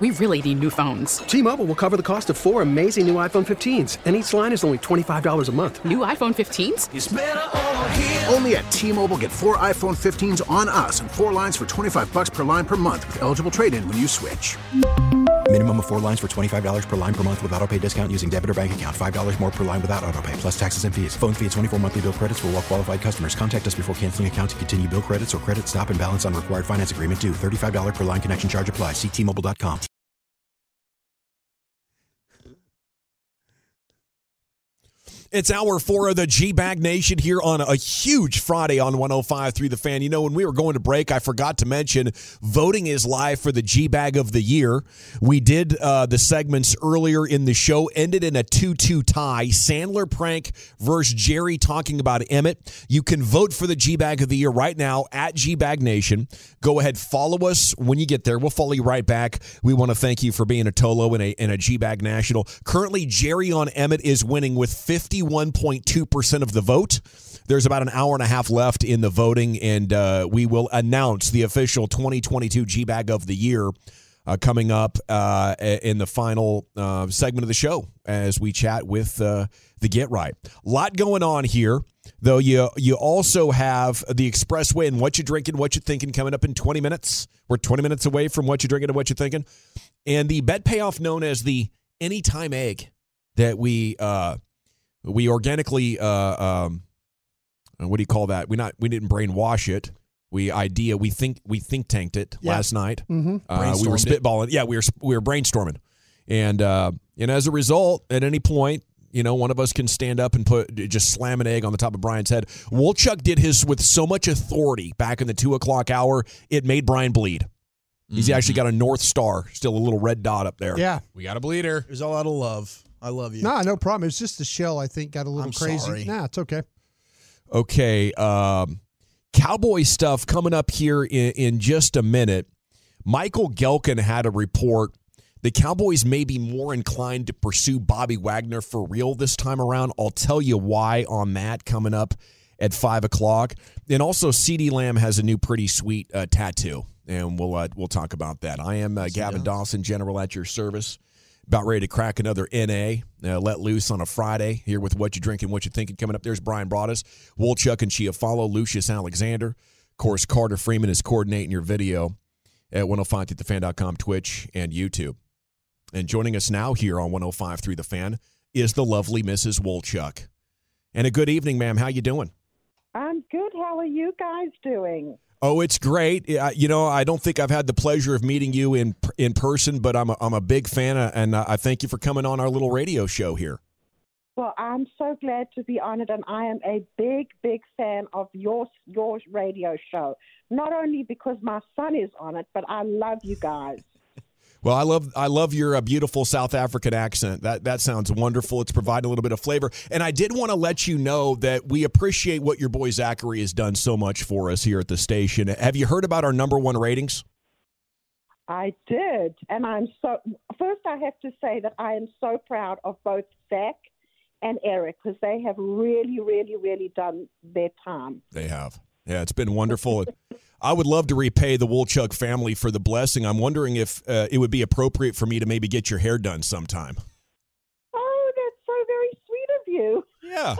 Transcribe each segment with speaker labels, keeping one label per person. Speaker 1: We really need new phones.
Speaker 2: T-Mobile will cover the cost of four amazing new iPhone 15s, and each line is only $25 a month.
Speaker 1: New iPhone 15s?
Speaker 3: Only at T-Mobile, get four iPhone 15s on us and four lines for 25 bucks per line per month with eligible trade-in when you switch.
Speaker 4: Minimum of four lines for $25 per line per month with auto pay discount using debit or bank account. $5 more per line without auto pay, plus taxes and fees. Phone fee at 24 monthly bill credits for all well qualified customers. Contact us before canceling account to continue bill credits or credit stop and balance on required finance agreement due. $35 per line connection charge applies. Ctmobile.com.
Speaker 5: It's hour four of the G Bag Nation here on a huge Friday on 105 through the fan. You know, when we were going to break, I forgot to mention voting is live for the G Bag of the Year. We did uh, the segments earlier in the show, ended in a 2 2 tie. Sandler prank versus Jerry talking about Emmett. You can vote for the G Bag of the Year right now at G Bag Nation. Go ahead, follow us when you get there. We'll follow you right back. We want to thank you for being a Tolo and a, and a G Bag National. Currently, Jerry on Emmett is winning with 51. 1.2% of the vote. There's about an hour and a half left in the voting, and uh, we will announce the official 2022 G Bag of the Year uh, coming up uh, in the final uh, segment of the show as we chat with uh, the Get Right. A lot going on here, though. You you also have the expressway and what you drinking, what you thinking coming up in 20 minutes. We're 20 minutes away from what you drinking and what you thinking, and the bet payoff known as the anytime egg that we uh, we organically uh, um, what do you call that we not we didn't brainwash it we idea we think we think tanked it
Speaker 6: Yeah.
Speaker 5: last night
Speaker 6: Mm-hmm.
Speaker 5: uh, we were
Speaker 7: Brainstormed it.
Speaker 5: spitballing yeah we were we were brainstorming and uh, and as a result at any point you know one of us can stand up and put just slam an egg on the top of brian's head wolchuk did his with so much authority back in the two o'clock hour it made brian bleed he's actually got a north star still a little red dot up there
Speaker 7: Yeah.
Speaker 5: we got a bleeder
Speaker 7: It was all out of love. I love you.
Speaker 8: Nah, no problem. It's just the shell. I think got a little
Speaker 7: I'm
Speaker 8: crazy.
Speaker 7: sorry.
Speaker 8: Nah, it's okay.
Speaker 5: Okay, um, cowboy stuff coming up here in, in just a minute. Michael Gelkin had a report. The Cowboys may be more inclined to pursue Bobby Wagner for real this time around. I'll tell you why on that coming up at five o'clock. And also, C.D. Lamb has a new pretty sweet uh, tattoo, and we'll uh, we'll talk about that. I am uh, Gavin Dawson, general at your service. About ready to crack another NA, uh, let loose on a Friday here with what you drinking, what you thinking. Coming up, there's Brian Broadus, Wolchuk and Chiafalo, Lucius Alexander. Of course, Carter Freeman is coordinating your video at 105thefan.com, Twitch, and YouTube. And joining us now here on 105 through the fan is the lovely Mrs. Wolchuk. And a good evening, ma'am. How you doing?
Speaker 9: I'm good. How are you guys doing?
Speaker 5: Oh, it's great. Yeah, You know, I don't think I've had the pleasure of meeting you in in person, but I'm a, I'm a big fan, uh, and uh, I thank you for coming on our little radio show here.
Speaker 9: Well, I'm so glad to be on it, and I am a big, big fan of your your radio show. Not only because my son is on it, but I love you guys.
Speaker 5: Well, I love I love your uh, beautiful South African accent. That that sounds wonderful. It's providing a little bit of flavor. And I did want to let you know that we appreciate what your boy Zachary has done so much for us here at the station. Have you heard about our number one ratings?
Speaker 9: I did, and I'm so. First, I have to say that I am so proud of both Zach and Eric because they have really, really, really done their time.
Speaker 5: They have. Yeah, it's been wonderful. I would love to repay the Woolchuck family for the blessing. I'm wondering if uh, it would be appropriate for me to maybe get your hair done sometime.
Speaker 9: Oh, that's so very sweet of you.
Speaker 5: Yeah.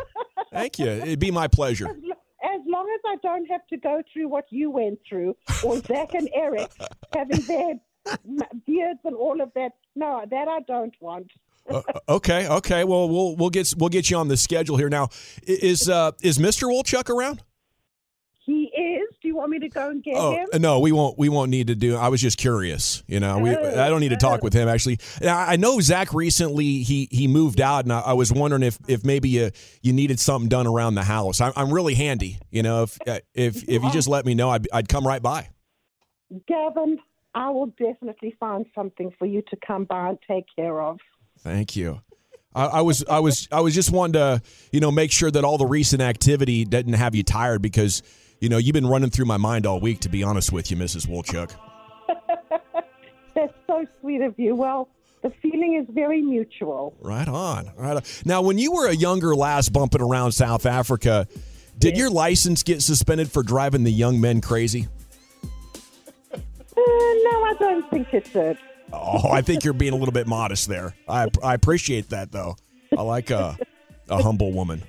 Speaker 5: Thank you. It'd be my pleasure.
Speaker 9: As long as I don't have to go through what you went through, or Zach and Eric having their m- beards and all of that. No, that I don't want.
Speaker 5: Uh, okay, okay. Well, we'll we'll get we'll get you on the schedule here now. I- Is uh is Mr. Woolchuck around?
Speaker 9: He is. Do you want me to go and get him?
Speaker 5: no, we won't. We won't need to do. I was just curious. You know, we,
Speaker 9: Oh,
Speaker 5: I don't need to talk with him actually. And I I know Zach recently he he moved out, and I, I was wondering if if maybe you you needed something done around the house. I'm, I'm really handy. You know, if uh, if if you just let me know, I'd, I'd come right by.
Speaker 9: Gavin, I will definitely find something for you to come by and take care of.
Speaker 5: Thank you. I, I was I was I was just wanting to you know make sure that all the recent activity doesn't have you tired because you know you've been running through my mind all week. To be honest with you, Mrs. Wolchuk.
Speaker 9: That's so sweet of you. Well, the feeling is very mutual.
Speaker 5: Right on. Right on. Now, when you were a younger lass bumping around South Africa, did your license get suspended for driving the young men crazy?
Speaker 9: Uh, no, I don't think it did.
Speaker 5: Oh, I think you're being a little bit modest there. I, I appreciate that, though. I like a, a humble woman.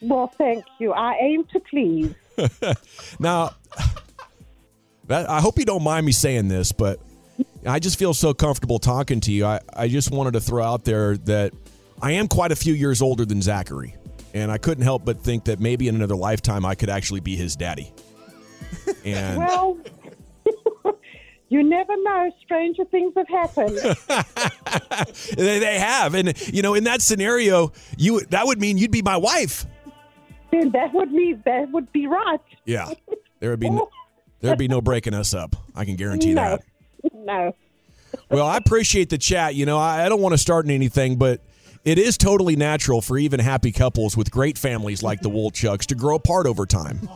Speaker 9: Well, thank you. I aim to please.
Speaker 5: Now, that, I hope you don't mind me saying this, but I just feel so comfortable talking to you. I, I just wanted to throw out there that I am quite a few years older than Zachary, and I couldn't help but think that maybe in another lifetime I could actually be his daddy. And
Speaker 9: Well, you never know. Stranger things have happened.
Speaker 5: they, they have, and you know, in that scenario, you that would mean you'd be my wife.
Speaker 9: then that would be that would be right.
Speaker 5: Yeah, there would be no, there'd be no breaking us up. I can guarantee
Speaker 9: No,
Speaker 5: that.
Speaker 9: no.
Speaker 5: Well, I appreciate the chat. You know, I, I don't want to start in anything, but it is totally natural for even happy couples with great families like the Woolchucks to grow apart over time.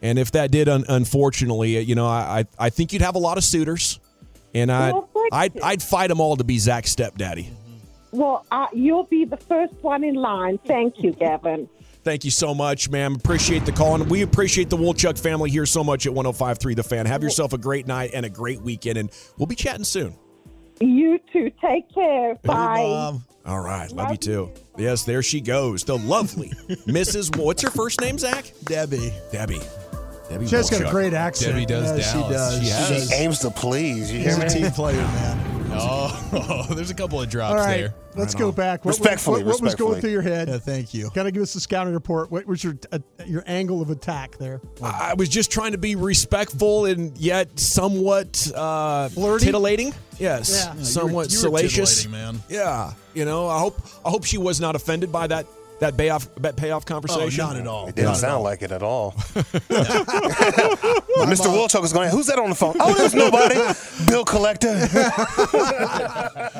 Speaker 5: And if that did, un- unfortunately, uh, you know, I, I I think you'd have a lot of suitors, and I
Speaker 9: Well, thank
Speaker 5: I'd,
Speaker 9: you.
Speaker 5: I'd fight them all to be Zach's stepdaddy.
Speaker 9: Well, uh, you'll be the first one in line. Thank you, Gavin.
Speaker 5: Thank you so much, ma'am. Appreciate the call. And we appreciate the Woolchuck family here so much at 1053 The Fan. Have yourself a great night and a great weekend. And we'll be chatting soon.
Speaker 9: You too. Take care. Bye.
Speaker 7: Mom,
Speaker 5: All right. Love, you too. Yes, there she goes. The lovely Mrs. Wo- What's her first name, Zach?
Speaker 7: Debbie.
Speaker 5: Debbie. Debbie
Speaker 8: She's got a
Speaker 5: Woolchuck.
Speaker 8: great accent.
Speaker 10: Debbie does
Speaker 7: Yeah, she
Speaker 10: Dallas.
Speaker 7: does. She
Speaker 10: has.
Speaker 7: does.
Speaker 11: Aims to please. You hear
Speaker 7: She's
Speaker 11: me?
Speaker 7: a team player, man.
Speaker 10: Oh, there's a couple of drops
Speaker 8: All right,
Speaker 10: there.
Speaker 8: let's
Speaker 5: Right
Speaker 8: go
Speaker 5: on.
Speaker 8: back. What,
Speaker 11: Respectfully,
Speaker 8: what, what was going
Speaker 11: respectfully.
Speaker 8: through your head?
Speaker 7: Yeah, thank you.
Speaker 8: Got to give us the scouting report. What was your uh, your angle of attack there?
Speaker 5: I I was just trying to be respectful and yet somewhat uh,
Speaker 8: Flirty?
Speaker 5: titillating. Yes,
Speaker 8: Yeah. Yeah, you were-
Speaker 5: somewhat
Speaker 7: you were
Speaker 5: salacious.
Speaker 7: titillating, man.
Speaker 5: Yeah, you know. I hope I hope she was not offended by that that payoff that payoff
Speaker 7: Oh,
Speaker 5: conversation.
Speaker 7: not at all.
Speaker 11: It didn't sound like it at all. Mr. Woolchuck was going, who's that on the phone? Oh, there's nobody. Bill Collector.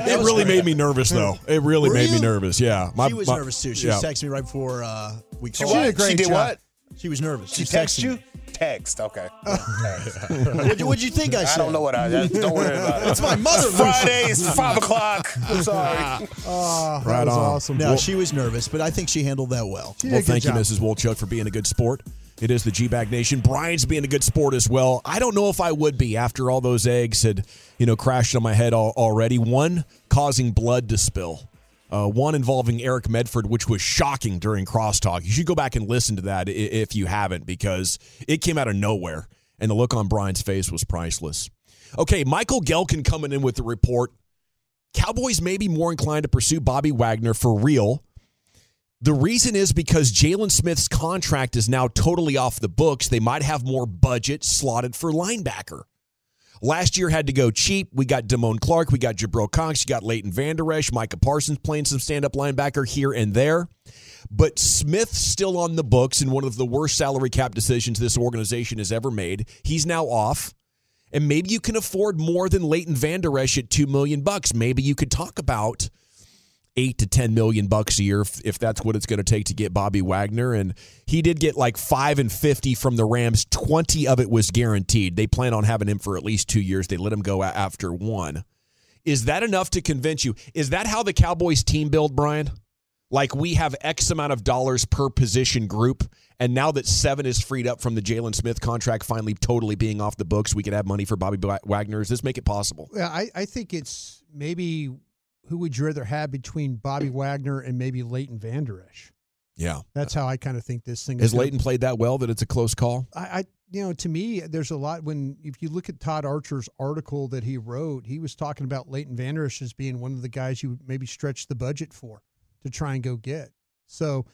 Speaker 5: It really made me nervous, though. It really
Speaker 7: Were
Speaker 5: made me
Speaker 7: you?
Speaker 5: nervous. Yeah,
Speaker 7: She was nervous too. She
Speaker 5: yeah.
Speaker 7: was texting me right before uh, we
Speaker 11: She
Speaker 7: called.
Speaker 11: what? She did what?
Speaker 7: She was nervous.
Speaker 11: She
Speaker 7: was
Speaker 11: text
Speaker 7: texting
Speaker 11: you?
Speaker 7: me.
Speaker 11: Text, okay.
Speaker 7: What'd you, what'd you think I
Speaker 11: I
Speaker 7: said?
Speaker 11: don't know what I, don't worry about it. It's
Speaker 7: My mother.
Speaker 11: Friday, it's 5 o'clock. I'm sorry.
Speaker 7: Oh,
Speaker 8: Ah,
Speaker 5: Right
Speaker 8: that was
Speaker 5: on.
Speaker 8: awesome.
Speaker 7: No, she was nervous, but I think she handled that well.
Speaker 8: She did a
Speaker 5: Well,
Speaker 8: good
Speaker 5: thank you,
Speaker 8: job.
Speaker 5: Mrs. Wolchuk, for being a good sport. It is the G Bag Nation. Brian's being a good sport as well. I don't know if I would be after all those eggs had, you know, crashed on my head al- already. One causing blood to spill. Uh, one involving Eric Medford, which was shocking during crosstalk. You should go back and listen to that i- if you haven't, because it came out of nowhere, and the look on Brian's face was priceless. Okay, Michael Gelkin coming in with the report. Cowboys may be more inclined to pursue Bobby Wagner for real the reason is because Jalen Smith's contract is now totally off the books. They might have more budget slotted for linebacker. Last year had to go cheap. We got Damone Clark, we got Jabril Cox, you got Leighton Vander Esch, Micah Parsons playing some stand-up linebacker here and there. But Smith's still on the books in one of the worst salary cap decisions this organization has ever made. He's now off. And maybe you can afford more than Leighton Vander Esch at 2 million bucks. Maybe you could talk about eight to ten million bucks a year if, if that's what it's going to take to get Bobby Wagner. And he did get like five and fifty from the Rams. Twenty of it was guaranteed. They plan on having him for at least two years. They let him go a- after one. Is that enough to convince you? Is that how the Cowboys team build, Brian? Like we have X amount of dollars per position group, and now that seven is freed up from the Jalen Smith contract finally totally being off the books, we could have money for Bobby Wa- Wagner. Does this make it possible?
Speaker 8: Yeah, I, I think it's maybe who would you rather have between Bobby Wagner and maybe Leighton Vander Esch?
Speaker 5: Yeah.
Speaker 8: That's how I kind of think this thing is.
Speaker 5: Has
Speaker 8: gonna-
Speaker 5: Leighton played that well that it's a close call?
Speaker 8: I, I you know to me there's a lot when if you look at Todd Archer's article that he wrote he was talking about Leighton Vander Esch as being one of the guys you would maybe stretch the budget for to try and go get so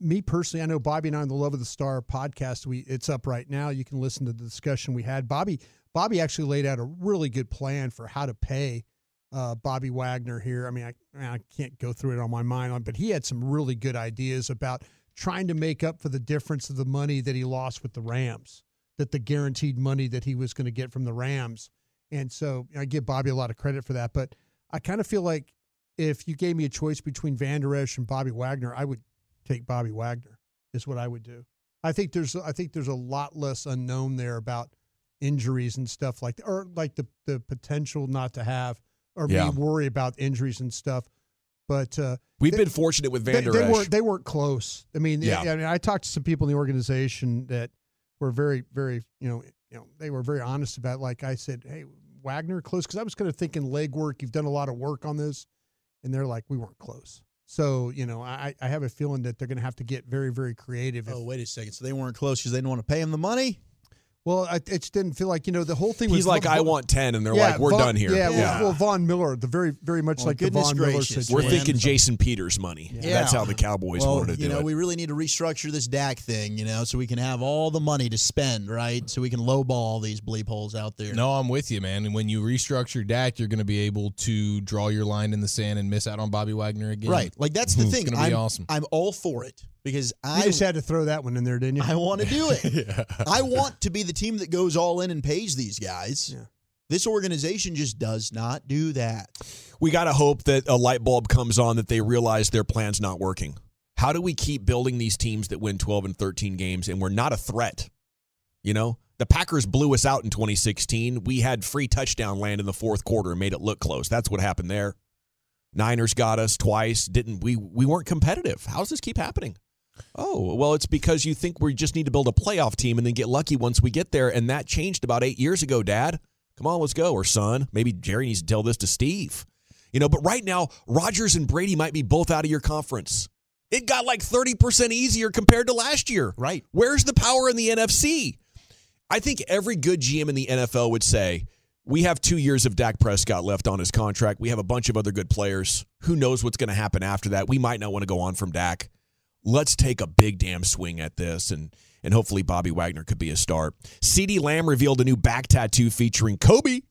Speaker 8: me personally I know Bobby and I on the Love of the Star podcast we it's up right now you can listen to the discussion we had Bobby Bobby actually laid out a really good plan for how to pay uh, Bobby Wagner here I mean I, I can't go through it on my mind but he had some really good ideas about trying to make up for the difference of the money that he lost with the Rams, that the guaranteed money that he was going to get from the Rams. And so I give Bobby a lot of credit for that. But I kind of feel like if you gave me a choice between Van Der Esch and Bobby Wagner, I would take Bobby Wagner. Is what I would do. I think there's I think there's a lot less unknown there about injuries and stuff like that, or like the, the potential not to have or
Speaker 5: Yeah.
Speaker 8: be worry about injuries and stuff. But uh,
Speaker 5: We've
Speaker 8: they-
Speaker 5: been fortunate with Van
Speaker 8: they,
Speaker 5: Der
Speaker 8: they
Speaker 5: Esch.
Speaker 8: weren't they weren't close. I mean,
Speaker 5: Yeah.
Speaker 8: yeah. I mean, I talked to some people in the organization that were very, very, you know, you know, they were very honest about. Like I said, hey, Wagner close because I was kind of thinking legwork. You've done a lot of work on this, and they're like, we weren't close. So you know, I I have a feeling that they're going to have to get very, very creative.
Speaker 7: Oh, wait a second. So they weren't close because they didn't want to pay him the money?
Speaker 8: Well, I, it just didn't feel like you know the whole thing was
Speaker 5: He's like,
Speaker 8: Von-
Speaker 5: I want 10, and they're
Speaker 8: Yeah,
Speaker 5: like, we're
Speaker 8: Von-
Speaker 5: done here.
Speaker 8: Yeah, Well, well, Von Miller, the very, very much
Speaker 7: Well,
Speaker 8: like the
Speaker 7: goodness
Speaker 8: Von Miller
Speaker 7: gracious,
Speaker 8: situation.
Speaker 5: We're
Speaker 7: Yeah.
Speaker 5: thinking Jason Peters money.
Speaker 7: Yeah.
Speaker 5: That's how the Cowboys
Speaker 7: well,
Speaker 5: wanted to
Speaker 7: you
Speaker 5: do
Speaker 7: know,
Speaker 5: it.
Speaker 7: we really need to restructure this DAC thing, you know, so we can have all the money to spend, right? So we can lowball all these bleep holes out there.
Speaker 10: No, I'm with you, man. And when you restructure Dak, you're going to be able to draw your line in the sand and miss out on Bobby Wagner again. Hmm.
Speaker 7: Right. Like that's the
Speaker 10: It's
Speaker 7: thing.
Speaker 10: gonna be
Speaker 7: I'm,
Speaker 10: awesome.
Speaker 7: I'm all for it because
Speaker 8: You
Speaker 7: I
Speaker 8: just had to throw that one in there, didn't you?
Speaker 7: I want to do it. I want to be the team that goes all in and pays these guys.
Speaker 8: Yeah.
Speaker 7: This organization just does not do that.
Speaker 5: we got to hope that a light bulb comes on that they realize their plan's not working. How do we keep building these teams that win 12 and 13 games and we're not a threat? You know, the Packers blew us out in 2016. We had free touchdown land in the fourth quarter and made it look close. That's what happened there. Niners got us twice. Didn't we? We weren't competitive. How does this keep happening? Oh, well, it's because you think we just need to build a playoff team and then get lucky once we get there. And that changed about eight years ago, Dad. Come on, let's go. Or son, maybe Jerry needs to tell this to Steve. You know, but right now, Rodgers and Brady might be both out of your conference. It got like 30% easier compared to last year.
Speaker 7: Right.
Speaker 5: Where's the power in the NFC? I think every good GM in the NFL would say, we have two years of Dak Prescott left on his contract. We have a bunch of other good players. Who knows what's going to happen after that? We might not want to go on from Dak. Let's take a big damn swing at this and and hopefully Bobby Wagner could be a star. CeeDee Lamb revealed a new back tattoo featuring Kobe.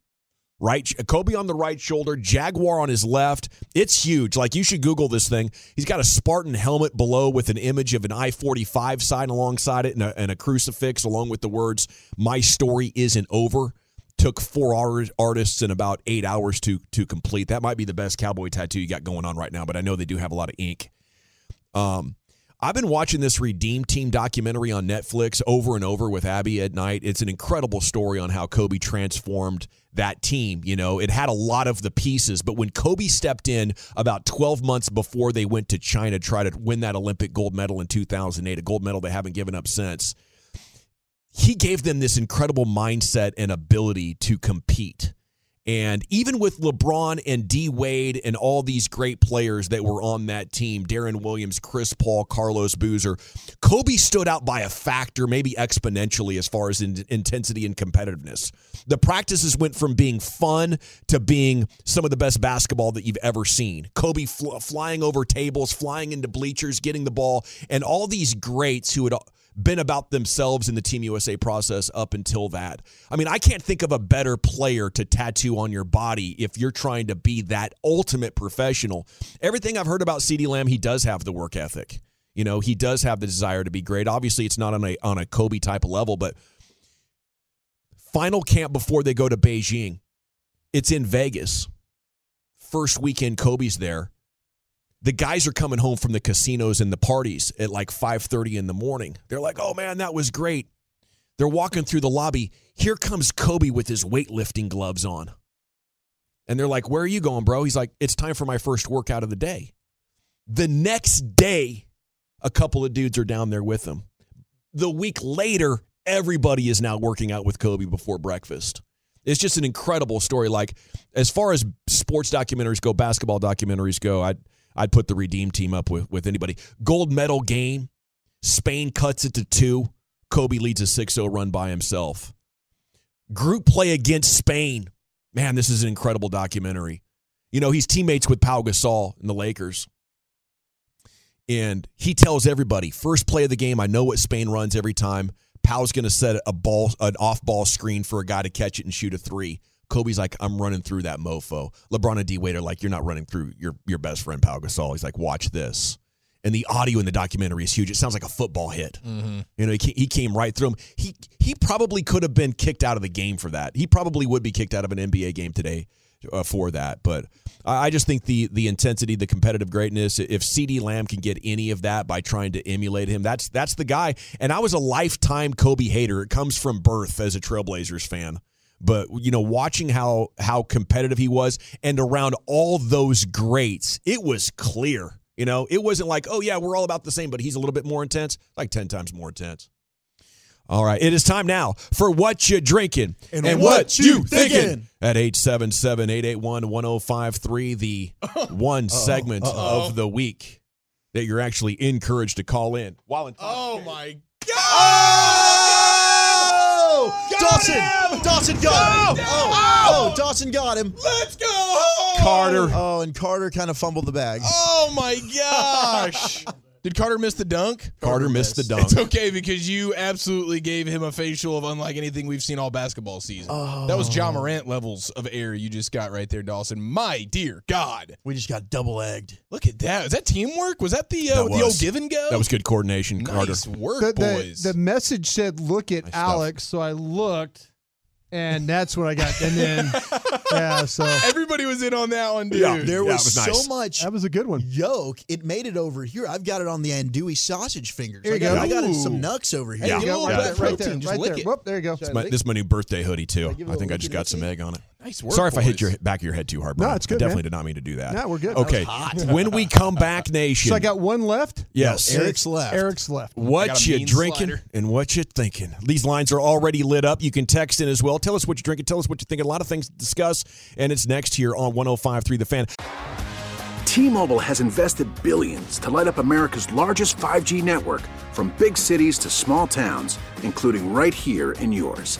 Speaker 5: Right, Kobe on the right shoulder, Jaguar on his left. It's huge. Like you should Google this thing. He's got a Spartan helmet below with an image of an I forty five sign alongside it and a, and a crucifix, along with the words "My story isn't over." Took four ar- artists and about eight hours to to complete. That might be the best cowboy tattoo you got going on right now, but I know they do have a lot of ink. Um, I've been watching this Redeem Team documentary on Netflix over and over with Abby at night. It's an incredible story on how Kobe transformed that team. You know, it had a lot of the pieces, but when Kobe stepped in about 12 months before they went to China to try to win that Olympic gold medal in 2008, a gold medal they haven't given up since, he gave them this incredible mindset and ability to compete. And even with LeBron and D Wade and all these great players that were on that team, Darren Williams, Chris Paul, Carlos Boozer, Kobe stood out by a factor, maybe exponentially, as far as in intensity and competitiveness. The practices went from being fun to being some of the best basketball that you've ever seen. Kobe fl- flying over tables, flying into bleachers, getting the ball, and all these greats who had been about themselves in the Team USA process up until that. I mean, I can't think of a better player to tattoo on your body if you're trying to be that ultimate professional. Everything I've heard about CeeDee Lamb, he does have the work ethic. You know, he does have the desire to be great. Obviously, it's not on a on a Kobe type of level, but final camp before they go to Beijing, it's in Vegas. First weekend Kobe's there. The guys are coming home from the casinos and the parties at like 5:30 in the morning. They're like, "Oh man, that was great." They're walking through the lobby. Here comes Kobe with his weightlifting gloves on. And they're like, "Where are you going, bro?" He's like, "It's time for my first workout of the day." The next day, a couple of dudes are down there with him. The week later, everybody is now working out with Kobe before breakfast. It's just an incredible story. Like as far as sports documentaries go, basketball documentaries go, I'd I'd put the Redeem team up with with anybody. Gold medal game. Spain cuts it to two. Kobe leads a 6-0 run by himself. Group play against Spain. Man, this is an incredible documentary. You know, he's teammates with Pau Gasol in the Lakers and he tells everybody first play of the game i know what spain runs every time powell's going to set a ball an off-ball screen for a guy to catch it and shoot a three kobe's like i'm running through that mofo lebron and d wade are like you're not running through your, your best friend Pau gasol he's like watch this and the audio in the documentary is huge it sounds like a football hit
Speaker 10: Mm-hmm.
Speaker 5: you know he, ca- he came right through him he, he probably could have been kicked out of the game for that he probably would be kicked out of an nba game today uh, for that. But I, I just think the the intensity, the competitive greatness. If C.D. Lamb can get any of that by trying to emulate him, that's that's the guy. And I was a lifetime Kobe hater. It comes from birth as a Trailblazers fan. But you know, watching how how competitive he was, and around all those greats, it was clear. You know, it wasn't like, oh yeah, we're all about the same, but he's a little bit more intense, like ten times more intense. All right, it is time now for what you drinking
Speaker 11: And what you thinking.
Speaker 5: at 877-881-1053, the one segment
Speaker 11: Uh-oh.
Speaker 5: of the week that you're actually encouraged to call in. While
Speaker 11: Oh my
Speaker 7: Oh! Dawson! Dawson got him!
Speaker 11: Go!
Speaker 7: Oh, oh, Dawson got him.
Speaker 11: Let's go home.
Speaker 5: Carter.
Speaker 7: Oh, and Carter kind of fumbled the bag.
Speaker 11: Oh my gosh. Did Carter miss the dunk?
Speaker 5: Carter missed the dunk.
Speaker 11: It's okay because you absolutely gave him a facial of unlike anything we've seen all basketball season. That was
Speaker 7: Oh.
Speaker 11: John Morant levels of air you just got right there, Dawson. My dear God.
Speaker 7: We just got double egged.
Speaker 11: Look at that. Is that teamwork? Was that the uh,
Speaker 5: That
Speaker 11: with
Speaker 5: was-
Speaker 11: the old give and go?
Speaker 5: That was good coordination, Carter.
Speaker 11: nice work,
Speaker 8: The,
Speaker 11: boys.
Speaker 8: the, the message said, "Look at Alex." So I looked, and that's what I got. And then, yeah. So
Speaker 11: Everybody was in on that one, dude.
Speaker 7: There was, so much
Speaker 8: that was a good one.
Speaker 7: yolk. It made it over here. I've got it on the andouille sausage fingers.
Speaker 8: There
Speaker 7: I
Speaker 8: you
Speaker 7: got,
Speaker 8: go.
Speaker 7: I got it
Speaker 11: Ooh.
Speaker 7: some nucks over here.
Speaker 5: Yeah.
Speaker 11: Hey, get a little
Speaker 8: Right
Speaker 11: bit of
Speaker 8: there, right
Speaker 11: protein.
Speaker 8: there,
Speaker 11: just
Speaker 8: right
Speaker 11: lick
Speaker 8: there.
Speaker 11: it.
Speaker 8: Whoop, there you go.
Speaker 5: It's my, this is my new birthday hoodie too. I think I just got some egg on it.
Speaker 11: Nice work.
Speaker 5: Sorry if I hit
Speaker 11: boys.
Speaker 5: your back of your head too hard, bro.
Speaker 8: No, it's good,
Speaker 5: I definitely
Speaker 8: man.
Speaker 5: did not mean to do that.
Speaker 8: No, we're good. That was
Speaker 5: Okay, when we come back, nation.
Speaker 8: So I got one left.
Speaker 5: yes.
Speaker 7: Eric's left.
Speaker 8: Eric's left.
Speaker 11: I got
Speaker 5: What
Speaker 11: a
Speaker 5: you
Speaker 11: mean
Speaker 5: drinking
Speaker 11: slider.
Speaker 5: and what you thinking. These lines are already lit up. You can text in as well. Tell us what you're drinking. Tell us what you're thinking. A lot of things to discuss. And it's next here on 105.3 The Fan.
Speaker 3: T-Mobile has invested billions to light up America's largest 5G network from big cities to small towns, including right here in yours.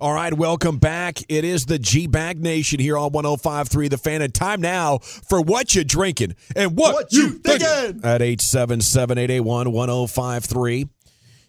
Speaker 5: All right, welcome back. It is the G Bag Nation here on 105.3 The Fan. And time now for what you drinking and what,
Speaker 7: What
Speaker 5: you
Speaker 7: you
Speaker 5: thinking.
Speaker 7: thinking.
Speaker 5: At 877-881-1053.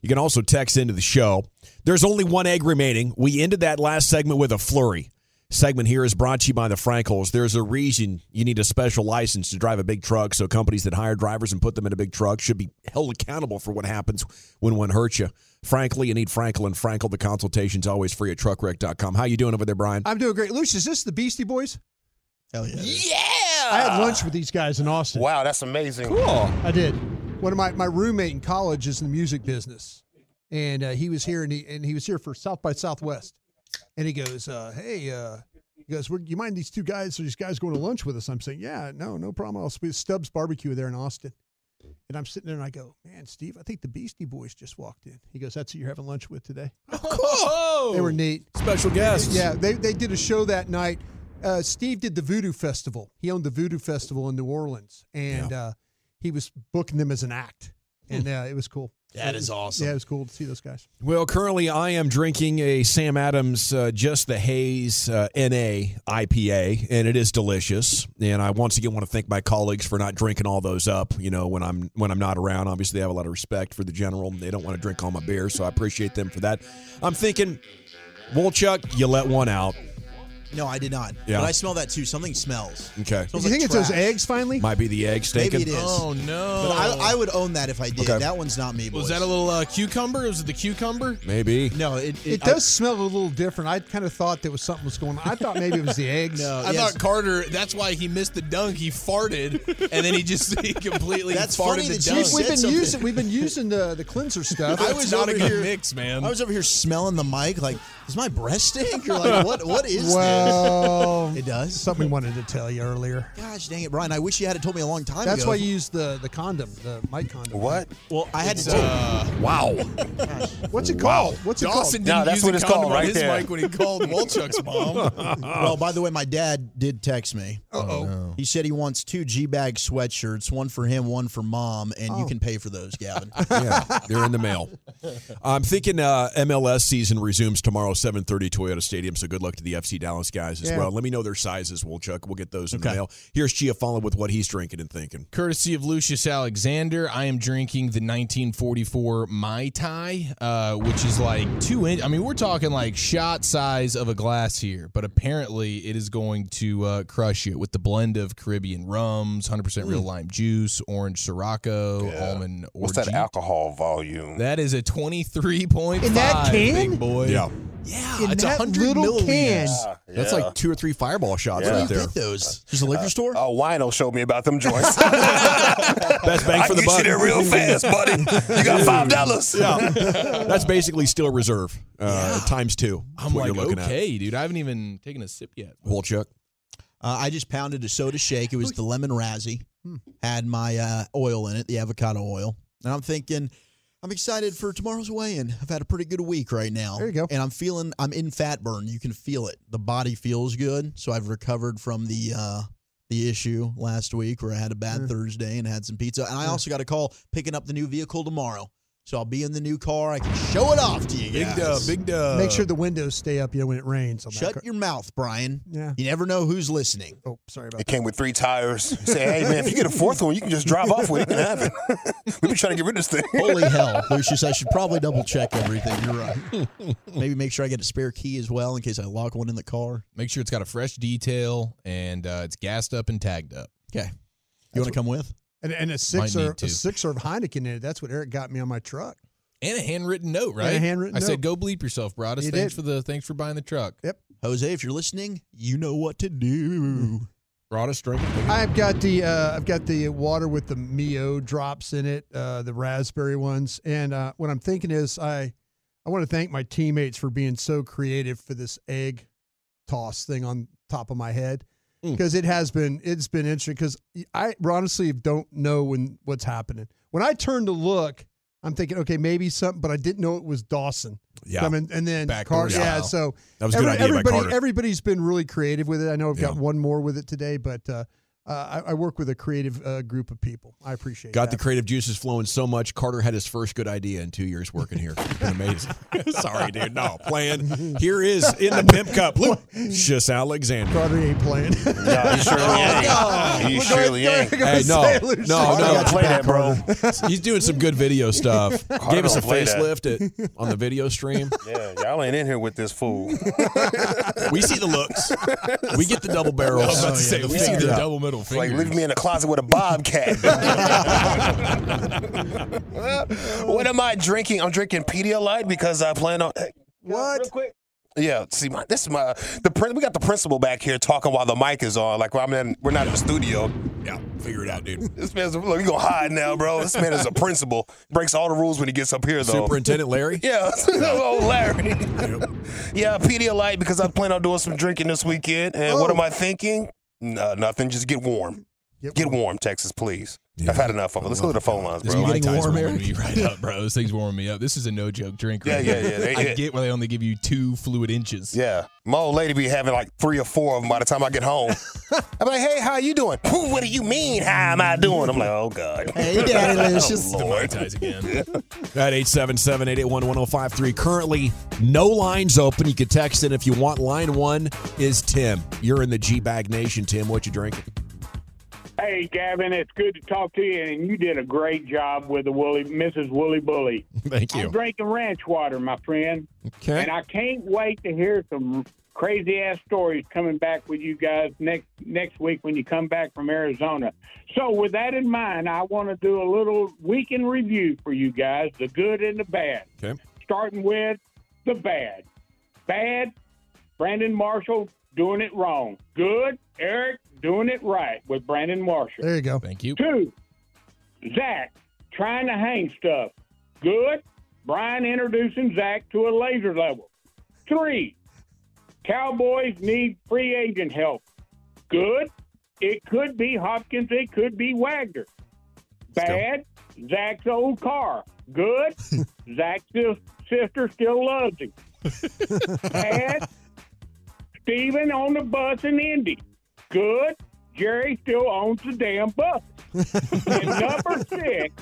Speaker 5: You can also text into the show. There's only one egg remaining. We ended that last segment with a flurry. Segment here is brought to you by the Frankels. There's a reason you need a special license to drive a big truck, so companies that hire drivers and put them in a big truck should be held accountable for what happens when one hurts you. Frankly, you need Frankel and Frankel. The consultation's always free at truckwreck.com. How you doing over there, Brian?
Speaker 8: I'm doing great. Lucius, is this the Beastie Boys?
Speaker 7: Hell yeah.
Speaker 8: I had lunch with these guys in Austin.
Speaker 11: Wow, that's amazing.
Speaker 5: Cool.
Speaker 8: I did. One of my, my roommate in college is in the music business, and uh, he was here and he and he was here for South by Southwest, and he goes, uh, "Hey, uh, he goes, "Would you mind these two guys? Are these guys going to lunch with us?" I'm saying, "Yeah, no, no problem. I'll be Stubbs Barbecue there in Austin." And I'm sitting there and I go, "Man, Steve, I think the Beastie Boys just walked in." He goes, "That's who you're having lunch with today."
Speaker 11: Cool.
Speaker 8: They were neat.
Speaker 5: Special guest.
Speaker 8: Yeah, they, they did a show that night. Uh, Steve did the Voodoo Festival. He owned the Voodoo Festival in New Orleans, and uh, he was booking them as an act, and uh, it was cool.
Speaker 7: Hmm. That is awesome.
Speaker 8: Yeah, it was cool to see those guys.
Speaker 5: Well, currently I am drinking a Sam Adams uh, Just the Haze uh, NA IPA, and it is delicious. And I once again want to thank my colleagues for not drinking all those up. You know, when I'm when I'm not around, obviously I have a lot of respect for the general. and They don't want to drink all my beer, so I appreciate them for that. I'm thinking, Wolchuk, you let one out.
Speaker 7: No, I did not.
Speaker 5: Yeah.
Speaker 7: But I smell that too. Something smells.
Speaker 5: Okay,
Speaker 7: Smells
Speaker 8: you
Speaker 7: like
Speaker 8: think it's those
Speaker 7: trash.
Speaker 8: eggs finally?
Speaker 5: might be the egg
Speaker 7: Maybe
Speaker 5: stinking.
Speaker 7: it is.
Speaker 11: Oh no.
Speaker 7: But I, I would own that if I did.
Speaker 5: Okay.
Speaker 7: That one's not me. Boys.
Speaker 11: was that a little uh, cucumber? Was it the cucumber?
Speaker 5: Maybe.
Speaker 7: No, it,
Speaker 8: it
Speaker 7: I-
Speaker 8: does smell a little different. I kind of thought that was something was going on. I thought maybe it was the eggs.
Speaker 7: No.
Speaker 11: I
Speaker 7: yes.
Speaker 11: thought Carter. That's why he missed the dunk. He farted, and then he just he completely
Speaker 7: That's funny
Speaker 11: farted
Speaker 7: that
Speaker 11: the
Speaker 7: you
Speaker 11: dunk.
Speaker 7: said-
Speaker 8: We've been
Speaker 7: something.
Speaker 8: using we've been using the the cleanser stuff.
Speaker 7: I
Speaker 11: I
Speaker 7: was
Speaker 11: was not a
Speaker 7: over
Speaker 11: good
Speaker 7: here-
Speaker 11: mix, man.
Speaker 7: I was over here smelling the mic, like, does my breath stink? Or like, what? What is
Speaker 8: Oh,
Speaker 7: it does.
Speaker 8: Something we wanted to tell you earlier.
Speaker 7: Gosh dang it, Brian! I wish you had it told me a long time
Speaker 8: That's
Speaker 7: ago.
Speaker 8: why you use the the condom, the mic condom.
Speaker 7: What? Well, I had
Speaker 8: It's,
Speaker 7: to. tell-
Speaker 8: uh,
Speaker 5: wow.
Speaker 8: What's it
Speaker 7: Wow.
Speaker 8: called? What's it
Speaker 7: Dawson
Speaker 8: called?
Speaker 7: didn't No, that's use what a it's condom called on right his there. mic
Speaker 11: when he called Walchuk's mom.
Speaker 7: well, by the way, my dad did text me. Oh,
Speaker 11: Uh-oh.
Speaker 7: He said he wants two G bag sweatshirts, one for him, one for mom, and you
Speaker 5: Oh.
Speaker 7: can pay for those, Gavin.
Speaker 5: yeah, they're in the mail. I'm thinking uh, MLS season resumes tomorrow, 7:30 Toyota Stadium. So good luck to the FC Dallas guys as
Speaker 11: Yeah.
Speaker 5: well. Let me know their sizes, Wolchuk. We'll get those in the
Speaker 11: Okay.
Speaker 5: mail. Here's Chia Fallon with what he's drinking and thinking.
Speaker 11: Courtesy of Lucius Alexander, I am drinking the 1944 Mai Tai, uh, which is like two inch. I mean, we're talking like shot size of a glass here, but apparently it is going to uh, crush you with the blend of Caribbean rums, 100% real
Speaker 12: Mm.
Speaker 11: lime juice, orange Sirocco,
Speaker 12: Yeah.
Speaker 11: almond or
Speaker 12: What's that alcohol volume?
Speaker 11: That is a 23.5.
Speaker 12: In that can?
Speaker 11: Big boy.
Speaker 12: Yeah.
Speaker 11: Yeah.
Speaker 12: In
Speaker 11: it's
Speaker 12: that
Speaker 11: 100
Speaker 12: little
Speaker 11: milliliters.
Speaker 12: can. Yeah,
Speaker 5: That's
Speaker 12: yeah.
Speaker 5: like two or three fireball shots
Speaker 12: Yeah.
Speaker 5: right
Speaker 12: Where do you
Speaker 5: there.
Speaker 12: get
Speaker 7: those? Uh, There's a liquor store.
Speaker 12: Oh, Wino showed me about them joints.
Speaker 5: Best bang
Speaker 12: I
Speaker 5: for
Speaker 12: get
Speaker 5: the
Speaker 12: you
Speaker 5: buck.
Speaker 12: there real fast, buddy. You got five dollars.
Speaker 5: Yeah. That's basically still reserve uh, times two. is
Speaker 11: I'm
Speaker 5: what
Speaker 11: like,
Speaker 5: you're looking
Speaker 11: okay, dude, I haven't even taken a sip yet.
Speaker 5: at. Wolchuk.
Speaker 7: Uh, I just pounded a soda shake. It was the lemon razzie. Had my uh, oil in it, the avocado oil. And I'm thinking, I'm excited for tomorrow's weigh-in. I've had a pretty good week right now. There you go. And I'm feeling, I'm in fat burn. You can feel it. The body feels good. So I've recovered from the uh, the issue last week where I had a bad Thursday and had some pizza. And I also got a call picking up the new vehicle tomorrow. So I'll be in the new car. I can show it off to you
Speaker 8: Big dub,
Speaker 7: guys.
Speaker 5: big
Speaker 7: dub.
Speaker 8: Make sure the windows stay up. You know when it rains. On that
Speaker 7: Shut
Speaker 8: car.
Speaker 7: your mouth, Brian.
Speaker 8: Yeah.
Speaker 7: You never know who's listening.
Speaker 8: Oh, sorry about
Speaker 12: It came with three tires. You Say, hey man, if you get a fourth one, you can just drive off with it. You can have it. We've been trying to get rid of this thing.
Speaker 7: Holy hell, Lucius! I should probably double check everything. You're right. Maybe make sure I get a spare key as well in case I lock one in the car.
Speaker 11: Make sure it's got a fresh detail and uh, it's gassed up and tagged up.
Speaker 7: Okay. You want to come with?
Speaker 8: And, and a
Speaker 11: Might
Speaker 8: sixer,
Speaker 11: need to.
Speaker 8: a sixer of Heineken in it. That's what Eric got me on my truck.
Speaker 11: And a handwritten note,
Speaker 8: And a
Speaker 11: right?
Speaker 8: handwritten
Speaker 11: I
Speaker 8: note.
Speaker 11: said, "Go bleep yourself, Broadus.
Speaker 8: You
Speaker 11: Thanks
Speaker 8: did.
Speaker 11: for the thanks for buying the truck."
Speaker 8: Yep.
Speaker 7: Jose, if you're listening, you know what to do.
Speaker 5: Broadus drink.
Speaker 8: I've got the uh, I've got the water with the Mio drops in it, uh, the raspberry ones, and uh, what I'm thinking is I I want to thank my teammates for being so creative for this egg toss thing on top of my head
Speaker 5: Hmm.
Speaker 8: because it has been it's been interesting because I honestly don't know when what's happening. When I turn to look, I'm thinking okay maybe something, but I didn't know it was Dawson.
Speaker 5: Yeah.
Speaker 8: Coming- and, then
Speaker 5: Backdoor
Speaker 8: Car- yeah.
Speaker 5: style.
Speaker 8: So
Speaker 5: That was a good idea by
Speaker 8: everybody,
Speaker 5: Carter.
Speaker 8: everybody's been really creative with it. I know I've got one more with it today, but uh, uh, I, I work with a creative uh, group of people. I appreciate
Speaker 5: Got the
Speaker 8: that.
Speaker 5: creative juices flowing so much. Carter had his first good idea in two years working here. It's been amazing. Sorry, dude. No, playing. Here is in the pimp cup. Lucius Alexander.
Speaker 8: Carter ain't playing.
Speaker 12: No, he surely ain't.
Speaker 5: no.
Speaker 12: He surely ain't.
Speaker 5: Hey, no, no, no.
Speaker 12: Don't play that, bro.
Speaker 5: He's doing some good video stuff.
Speaker 12: Carter
Speaker 5: Gave us a
Speaker 12: don't play that.
Speaker 5: facelift at, on the video stream.
Speaker 12: Yeah, y'all ain't in here with this fool.
Speaker 5: We see the looks. We get the double barrels. Oh,
Speaker 12: I was about to say, we see the
Speaker 11: double middle
Speaker 12: Like, leave me in a closet with a bobcat. what am I drinking? I'm drinking Pedialyte because I plan on.
Speaker 8: What? Real
Speaker 12: quick. Yeah, see, my, this is my the prin- we got the principal back here talking while the mic is on. Like, well, I'm in, we're not in the studio.
Speaker 5: Yeah, figure it out, dude.
Speaker 12: This man's look, you gonna hide now, bro. This man is a principal. Breaks all the rules when he gets up here, though.
Speaker 5: Superintendent Larry?
Speaker 12: Yeah, Oh. old Larry. yeah, Pedialyte because I plan on doing some drinking this weekend. And what am I thinking? No, nothing. Just get warm. Get, warm. Texas, please. I've had enough of it. Let's go to the phone lines,
Speaker 11: This
Speaker 12: bro.
Speaker 11: Mai Tais warming me right up, bro. This thing's warming me up. This is a no joke drink.
Speaker 12: Yeah,
Speaker 11: Right
Speaker 12: yeah,
Speaker 11: here.
Speaker 12: yeah. They-
Speaker 11: I get why they only give you two fluid inches.
Speaker 12: Yeah, my old lady be having like three or four of them by the time I get home. I'm like, hey, how you doing? Who? What do you mean? How am I doing? I'm like, oh god.
Speaker 7: Hey, Daddy Licious.
Speaker 12: oh, Lord. again.
Speaker 5: At 877 881 1053. Currently, no lines open. You can text in if you want. Line one is Tim. You're in the G Bag Nation, Tim. What you drinking?
Speaker 13: Hey, Gavin, it's good to talk to you, and you did a great job with the Wooly, Mrs. Wooly Bully.
Speaker 5: Thank
Speaker 13: I'm drinking ranch water, my friend.
Speaker 5: Okay.
Speaker 13: And I can't wait to hear some crazy ass stories coming back with you guys next next week when you come back from Arizona. So with that in mind, I want to do a little weekend review for you guys, the good and the bad.
Speaker 5: Okay.
Speaker 13: Starting with the bad. Bad, Brandon Marshall doing it wrong. Good, Eric doing it right with Brandon Marshall.
Speaker 8: There you go.
Speaker 11: Thank you.
Speaker 13: Two, Zach trying to hang stuff. Good. Brian introducing Zach to a laser level. Three, Cowboys need free agent help. Good. It could be Hopkins. It could be Wagner. Bad. Zach's old car. Good. Zach's sis- sister still loves him. Bad. Steven on the bus in Indy. Good. Jerry still owns the damn bus. and number six,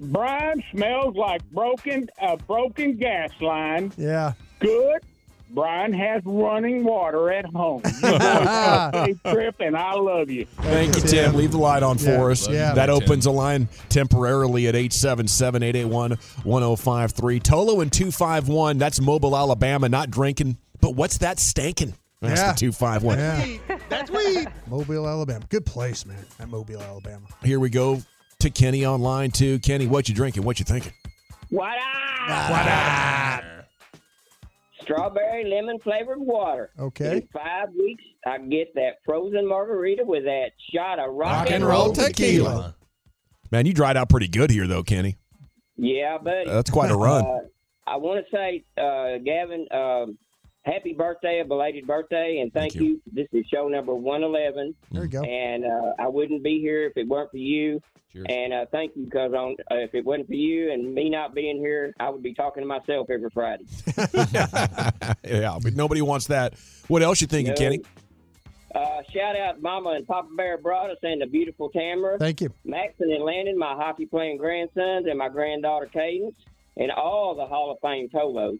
Speaker 13: Brian smells like broken a broken gas line.
Speaker 8: Yeah.
Speaker 13: Good. Brian has running water at home. You boys have a safe trip, and I love you.
Speaker 5: Thank you, Tim. Leave the light on
Speaker 13: Yeah.
Speaker 5: for us.
Speaker 13: Yeah.
Speaker 5: That
Speaker 13: Tim.
Speaker 5: opens a line temporarily at 877 881 1053. Tolo and 251. That's Mobile, Alabama, not drinking. But what's that stankin'? That's
Speaker 8: Yeah.
Speaker 5: the 251.
Speaker 8: That's weed. Mobile, Alabama. Good place, man. At Mobile, Alabama.
Speaker 5: Here we go to Kenny online, too. Kenny, what you drinking? What you thinking?
Speaker 14: What up? Strawberry lemon flavored water.
Speaker 8: Okay.
Speaker 14: In five weeks, I get that frozen margarita with that shot of rock,
Speaker 5: Man, you dried out pretty good here, though, Kenny.
Speaker 14: Yeah, buddy.
Speaker 5: That's quite a run.
Speaker 14: Uh, I want to say, uh, Gavin, um, happy birthday, a belated birthday, and thank, you. This is show number 111.
Speaker 8: There you go.
Speaker 14: And uh, I wouldn't be here if it weren't for you. And uh, thank you, because on uh, if it wasn't for you and me not being here, I would be talking to myself every Friday.
Speaker 5: yeah, but nobody wants that. What else you thinking,
Speaker 14: No.
Speaker 5: Kenny?
Speaker 14: Uh, shout out Mama and Papa Bear Broadus and the beautiful Tamara.
Speaker 8: Thank you.
Speaker 14: Maxon and Landon, my hockey playing grandsons, and my granddaughter Cadence, and all the Hall of Fame Tolos.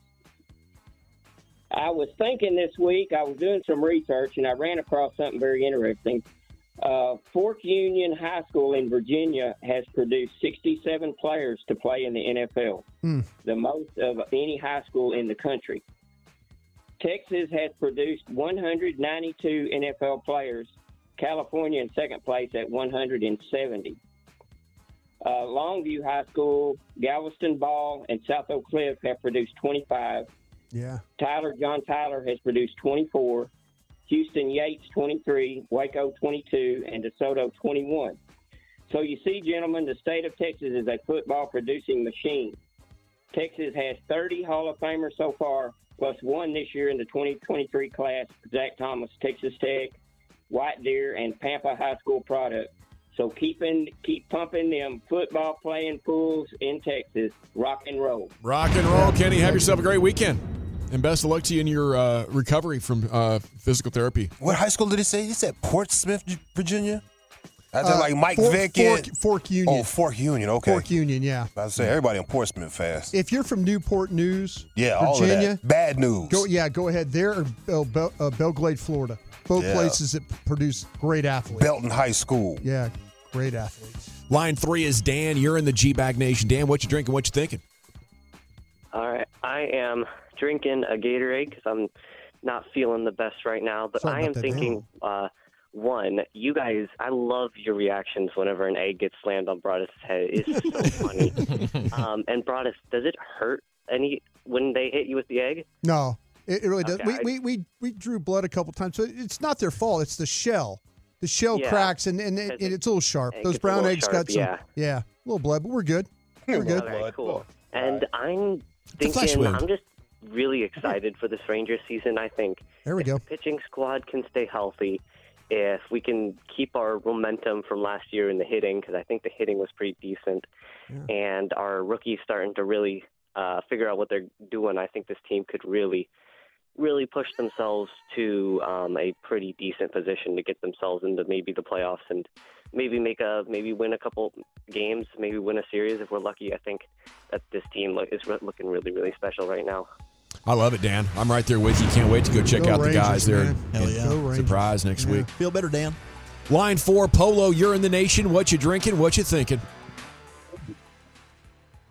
Speaker 14: I was thinking this week, I was doing some research, and I ran across something very interesting. Uh, Fork Union High School in Virginia has produced 67 players to play in the NFL
Speaker 12: Hmm.
Speaker 14: the most of any high school in the country. Texas has produced 192 NFL players, California in second place at 170. Uh, Longview High School, Galveston Ball, and South Oak Cliff have produced 25.
Speaker 8: Yeah.
Speaker 14: Tyler, John Tyler has produced 24. Houston Yates, 23. Waco, 22. And DeSoto, 21. So you see, gentlemen, the state of Texas is a football producing machine. Texas has 30 Hall of Famers so far, plus one this year in the 2023 class Zach Thomas, Texas Tech, White Deer, and Pampa High School product. So keep, in, keep pumping them football playing pools in Texas. Rock and roll.
Speaker 5: Rock and roll, Kenny. Have yourself a great weekend. And best of luck to you in your uh, recovery from uh, physical therapy.
Speaker 12: What high school did it say? It said Portsmouth, Virginia. That's
Speaker 8: Uh,
Speaker 12: like Mike
Speaker 8: Fork-
Speaker 12: Vick.
Speaker 8: Fork-
Speaker 12: and-
Speaker 8: Fork Union.
Speaker 12: Oh, Fork Union. Okay.
Speaker 8: Fork Union, yeah.
Speaker 12: I was saying everybody in Portsmouth fast.
Speaker 8: If you're from Newport News,
Speaker 12: Yeah, all of that.
Speaker 8: Virginia,
Speaker 12: Bad news.
Speaker 8: Go, yeah, go ahead. There or Bel, Bel, uh, Belglade, Florida. Both
Speaker 12: Yeah.
Speaker 8: places that p- produce great athletes.
Speaker 12: Belton High School.
Speaker 8: Yeah, great athletes.
Speaker 5: Line three is Dan. You're in the G Bag Nation. Dan, what you drinking? What you thinking?
Speaker 15: All right, I am drinking a Gatorade because I'm not feeling the best right now. But
Speaker 16: Sorry
Speaker 15: I
Speaker 16: about
Speaker 15: am
Speaker 16: that,
Speaker 15: thinking, uh, one, you guys, I love your reactions whenever an egg gets slammed on Broadus' head. It's so funny. Um, and Broadus, does it hurt any when they hit you with the egg?
Speaker 8: No, it, it really does.
Speaker 15: Okay, I-
Speaker 8: We, we, we, we drew blood a couple times, so it's not their fault. It's the shell. The shell
Speaker 15: Yeah.
Speaker 8: cracks and, and, it-
Speaker 15: It's-
Speaker 8: and it's a little sharp.
Speaker 15: it
Speaker 8: Those
Speaker 15: gets a
Speaker 8: brown
Speaker 15: little
Speaker 8: eggs
Speaker 15: sharp,
Speaker 8: got some.
Speaker 15: yeah.
Speaker 8: yeah, a little blood, but we're good. We're good.
Speaker 15: All right, cool. And I'm
Speaker 8: It's a flesh
Speaker 15: thinking,
Speaker 8: wound.
Speaker 15: I'm just really excited for this Ranger season. I think
Speaker 8: There we go.
Speaker 15: pitching squad can stay healthy if we can keep our momentum from last year in the hitting because I think the hitting was pretty decent, and our rookies starting to really uh, figure out what they're doing. I think this team could really, really push themselves to um, a pretty decent position to get themselves into maybe the playoffs and maybe make a maybe win a couple games, maybe win a series if we're lucky. I think that this team look, is re- looking really, really special right now.
Speaker 5: I love it, Dan. I'm right there with you. Can't wait to go check
Speaker 15: Go
Speaker 5: out the
Speaker 15: Rangers,
Speaker 5: guys there.
Speaker 15: man.
Speaker 5: and-
Speaker 15: Hell yeah.
Speaker 5: and
Speaker 15: Go Rangers.
Speaker 5: Surprise next week.
Speaker 7: Feel better, Dan.
Speaker 5: Line four, Polo. You're in the nation. What you drinking? What you thinking?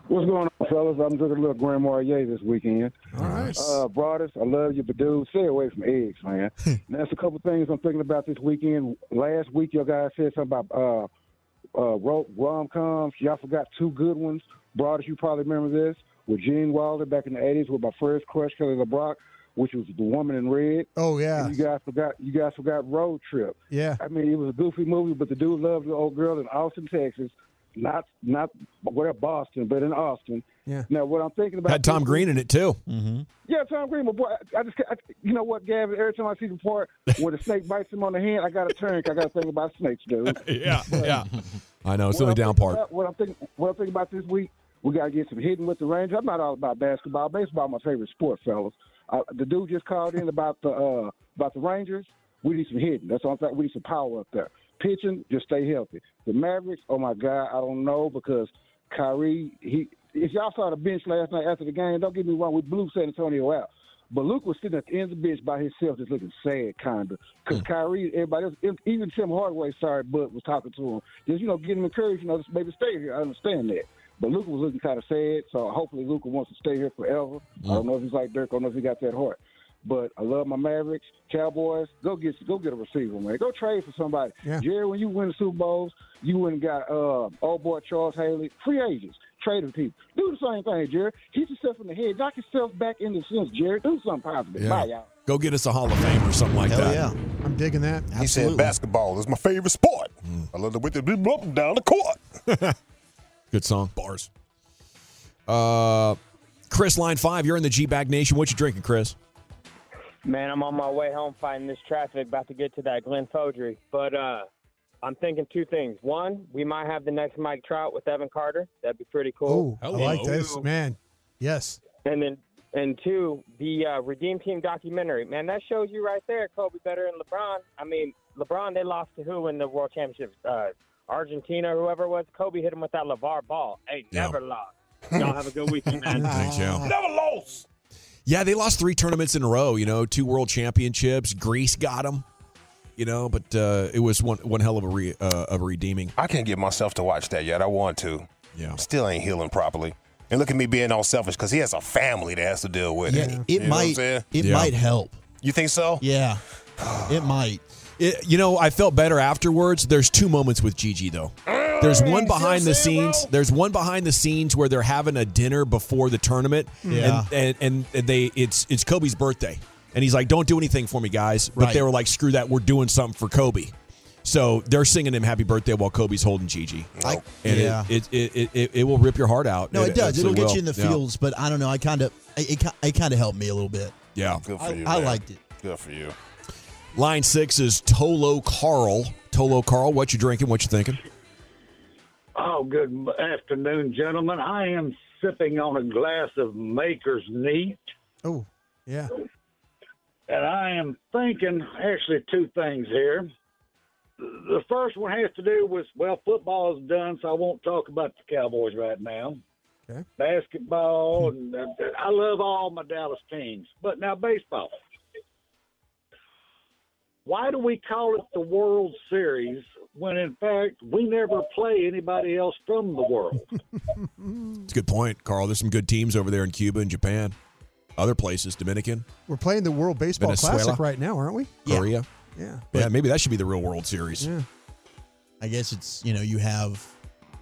Speaker 17: What's going on, fellas? I'm drinking a little Grand Marnier this weekend.
Speaker 5: All right.
Speaker 17: Uh, Broadus, I love you, but dude, stay away from eggs, man. and that's a couple things I'm thinking about this weekend. Last week, your guys said something about uh, uh, ro- rom-coms. Y'all forgot two good ones. Broadus, you probably remember this, with Gene Wilder back in the 80s with my first crush, Kelly LeBrock, which was The Woman in Red.
Speaker 8: Oh, yeah.
Speaker 17: And you guys forgot, you guys forgot Road Trip.
Speaker 8: Yeah.
Speaker 17: I mean, it was a goofy movie, but the dude loved the old girl in Austin, Texas. Not not where Boston, but in Austin.
Speaker 8: Yeah.
Speaker 17: Now, what I'm thinking about
Speaker 5: Had Tom Green in it too.
Speaker 15: Mm-hmm.
Speaker 17: Yeah, Tom Green, but boy, I- I just, I, you know what, Gavin? Every time I see the part where the snake bites him on the hand, I got to turn. 'cause I got to think about snakes, dude.
Speaker 5: yeah, yeah. I know it's the only
Speaker 17: What I'm
Speaker 5: down
Speaker 17: thinking
Speaker 5: part.
Speaker 17: about- What I'm thinking, what I'm thinking about this week, we got to get some hitting with the Rangers. I'm not all about basketball. Baseball, my favorite sport, fellas. Uh, the dude just called in about the uh, about the Rangers. We need some hitting. That's all I'm saying. We need some power up there. Pitching, just stay healthy. The Mavericks, oh my God, I don't know because Kyrie, he. If y'all saw the bench last night after the game, don't get me wrong, we blew San Antonio out. But Luke was sitting at the end of the bench by himself, just looking sad, kinda. Cause Kyrie, everybody else, ev- even Tim Hardaway, sorry, but was talking to him, just you know, getting him encouraged, you know, just maybe stay here. I understand that. But Luca was looking kind of sad, so hopefully Luca wants to stay here forever. I don't know if he's like Dirk. I don't know if he got that heart. But I love my Mavericks, Cowboys. Go get go get a receiver, man. Go trade for somebody. Jerry, when you win the Super Bowls, you went and got uh, old boy Charles Haley, free agents, trading people. Do the same thing, Jerry. Hit yourself in the head. Knock yourself back in the sense, Jerry. Do something positive.
Speaker 5: Yeah.
Speaker 17: Bye, y'all.
Speaker 5: Go get us a Hall of Fame or something like that.
Speaker 8: yeah. I'm digging that.
Speaker 12: He said basketball is my favorite sport. I love the way they blah, up and down the court.
Speaker 5: Good song. Bars. Uh, Chris, line five. You're in the G Bag Nation. What you drinking, Chris?
Speaker 16: Man, I'm on my way home fighting this traffic, about to get to that Glen Fogery. But uh, I'm thinking two things. One, we might have the next Mike Trout with Evan Carter. That'd be pretty
Speaker 8: Oh,
Speaker 16: cool.
Speaker 8: I like
Speaker 5: oh.
Speaker 8: this,
Speaker 16: Two-
Speaker 8: man. Yes.
Speaker 16: And then, and two, the uh, Redeem Team documentary. Man, that shows you right there, Kobe better than LeBron. I mean, LeBron, they lost to who in the World Championship? Uh, Argentina, whoever it was. Kobe hit him with that LeVar ball. Hey,
Speaker 5: Yeah.
Speaker 16: never lost. Y'all have a good weekend, man.
Speaker 5: Thanks, y'all.
Speaker 16: Never lost.
Speaker 5: Yeah, they lost three tournaments in a row. You know, two World Championships. Greece got them. You know, but uh, it was one one hell of a re, uh, of a redeeming.
Speaker 12: I can't get myself to watch that yet. I want to.
Speaker 5: Yeah.
Speaker 12: Still ain't healing properly. And look at me being all selfish because he has a family that has to deal with
Speaker 7: Yeah,
Speaker 12: it.
Speaker 7: it
Speaker 12: You know what I'm
Speaker 7: might
Speaker 12: saying?
Speaker 7: it might help.
Speaker 12: You think so?
Speaker 7: Yeah, it might.
Speaker 5: It, you know, I felt better afterwards. There's two moments with Gigi though. There's
Speaker 12: Mm,
Speaker 5: one behind the scenes. There's one behind the scenes where they're having a dinner before the tournament,
Speaker 7: Mm.
Speaker 11: Yeah.
Speaker 5: and, and and they it's it's Kobe's birthday, and he's like, "Don't do anything for me, guys." But
Speaker 11: Right.
Speaker 5: they were like, "Screw that, we're doing something for Kobe." So they're singing him "Happy Birthday" while Kobe's holding Gigi,
Speaker 7: I-
Speaker 5: and it-
Speaker 7: Yeah.
Speaker 5: it, it, it, it it will rip your heart out.
Speaker 7: No, it, does. It'll
Speaker 5: absolutely
Speaker 7: get
Speaker 5: will.
Speaker 7: you in the
Speaker 5: Yeah.
Speaker 7: fields, but I don't know. I kind of it, it, it kind of helped me a little bit.
Speaker 5: Yeah.
Speaker 12: Good for
Speaker 7: I-
Speaker 12: you.
Speaker 7: I
Speaker 12: man.
Speaker 7: liked it.
Speaker 12: Good for you.
Speaker 5: Line six is Tolo Carl. Tolo Carl, what you drinking? What you thinking?
Speaker 18: Oh, good m- afternoon, gentlemen. I am sipping on a glass of Maker's Neat,
Speaker 8: Oh, yeah.
Speaker 18: and I am thinking actually two things here. The first one has to do with well, football is done, so I won't talk about the Cowboys right now.
Speaker 8: Okay.
Speaker 18: Basketball, and uh, I love all my Dallas teams, but now baseball. Why do we call it the World Series when, in fact, we never play anybody else from the world?
Speaker 5: It's a good point, Carl. There's some good teams over there in Cuba and Japan, other places, Dominican,
Speaker 8: We're playing the World Baseball
Speaker 5: Venezuela.
Speaker 8: Classic right now, aren't we?
Speaker 5: Korea.
Speaker 8: Yeah.
Speaker 5: Yeah, maybe that should be the real World Series.
Speaker 8: Yeah.
Speaker 7: I guess it's you know you have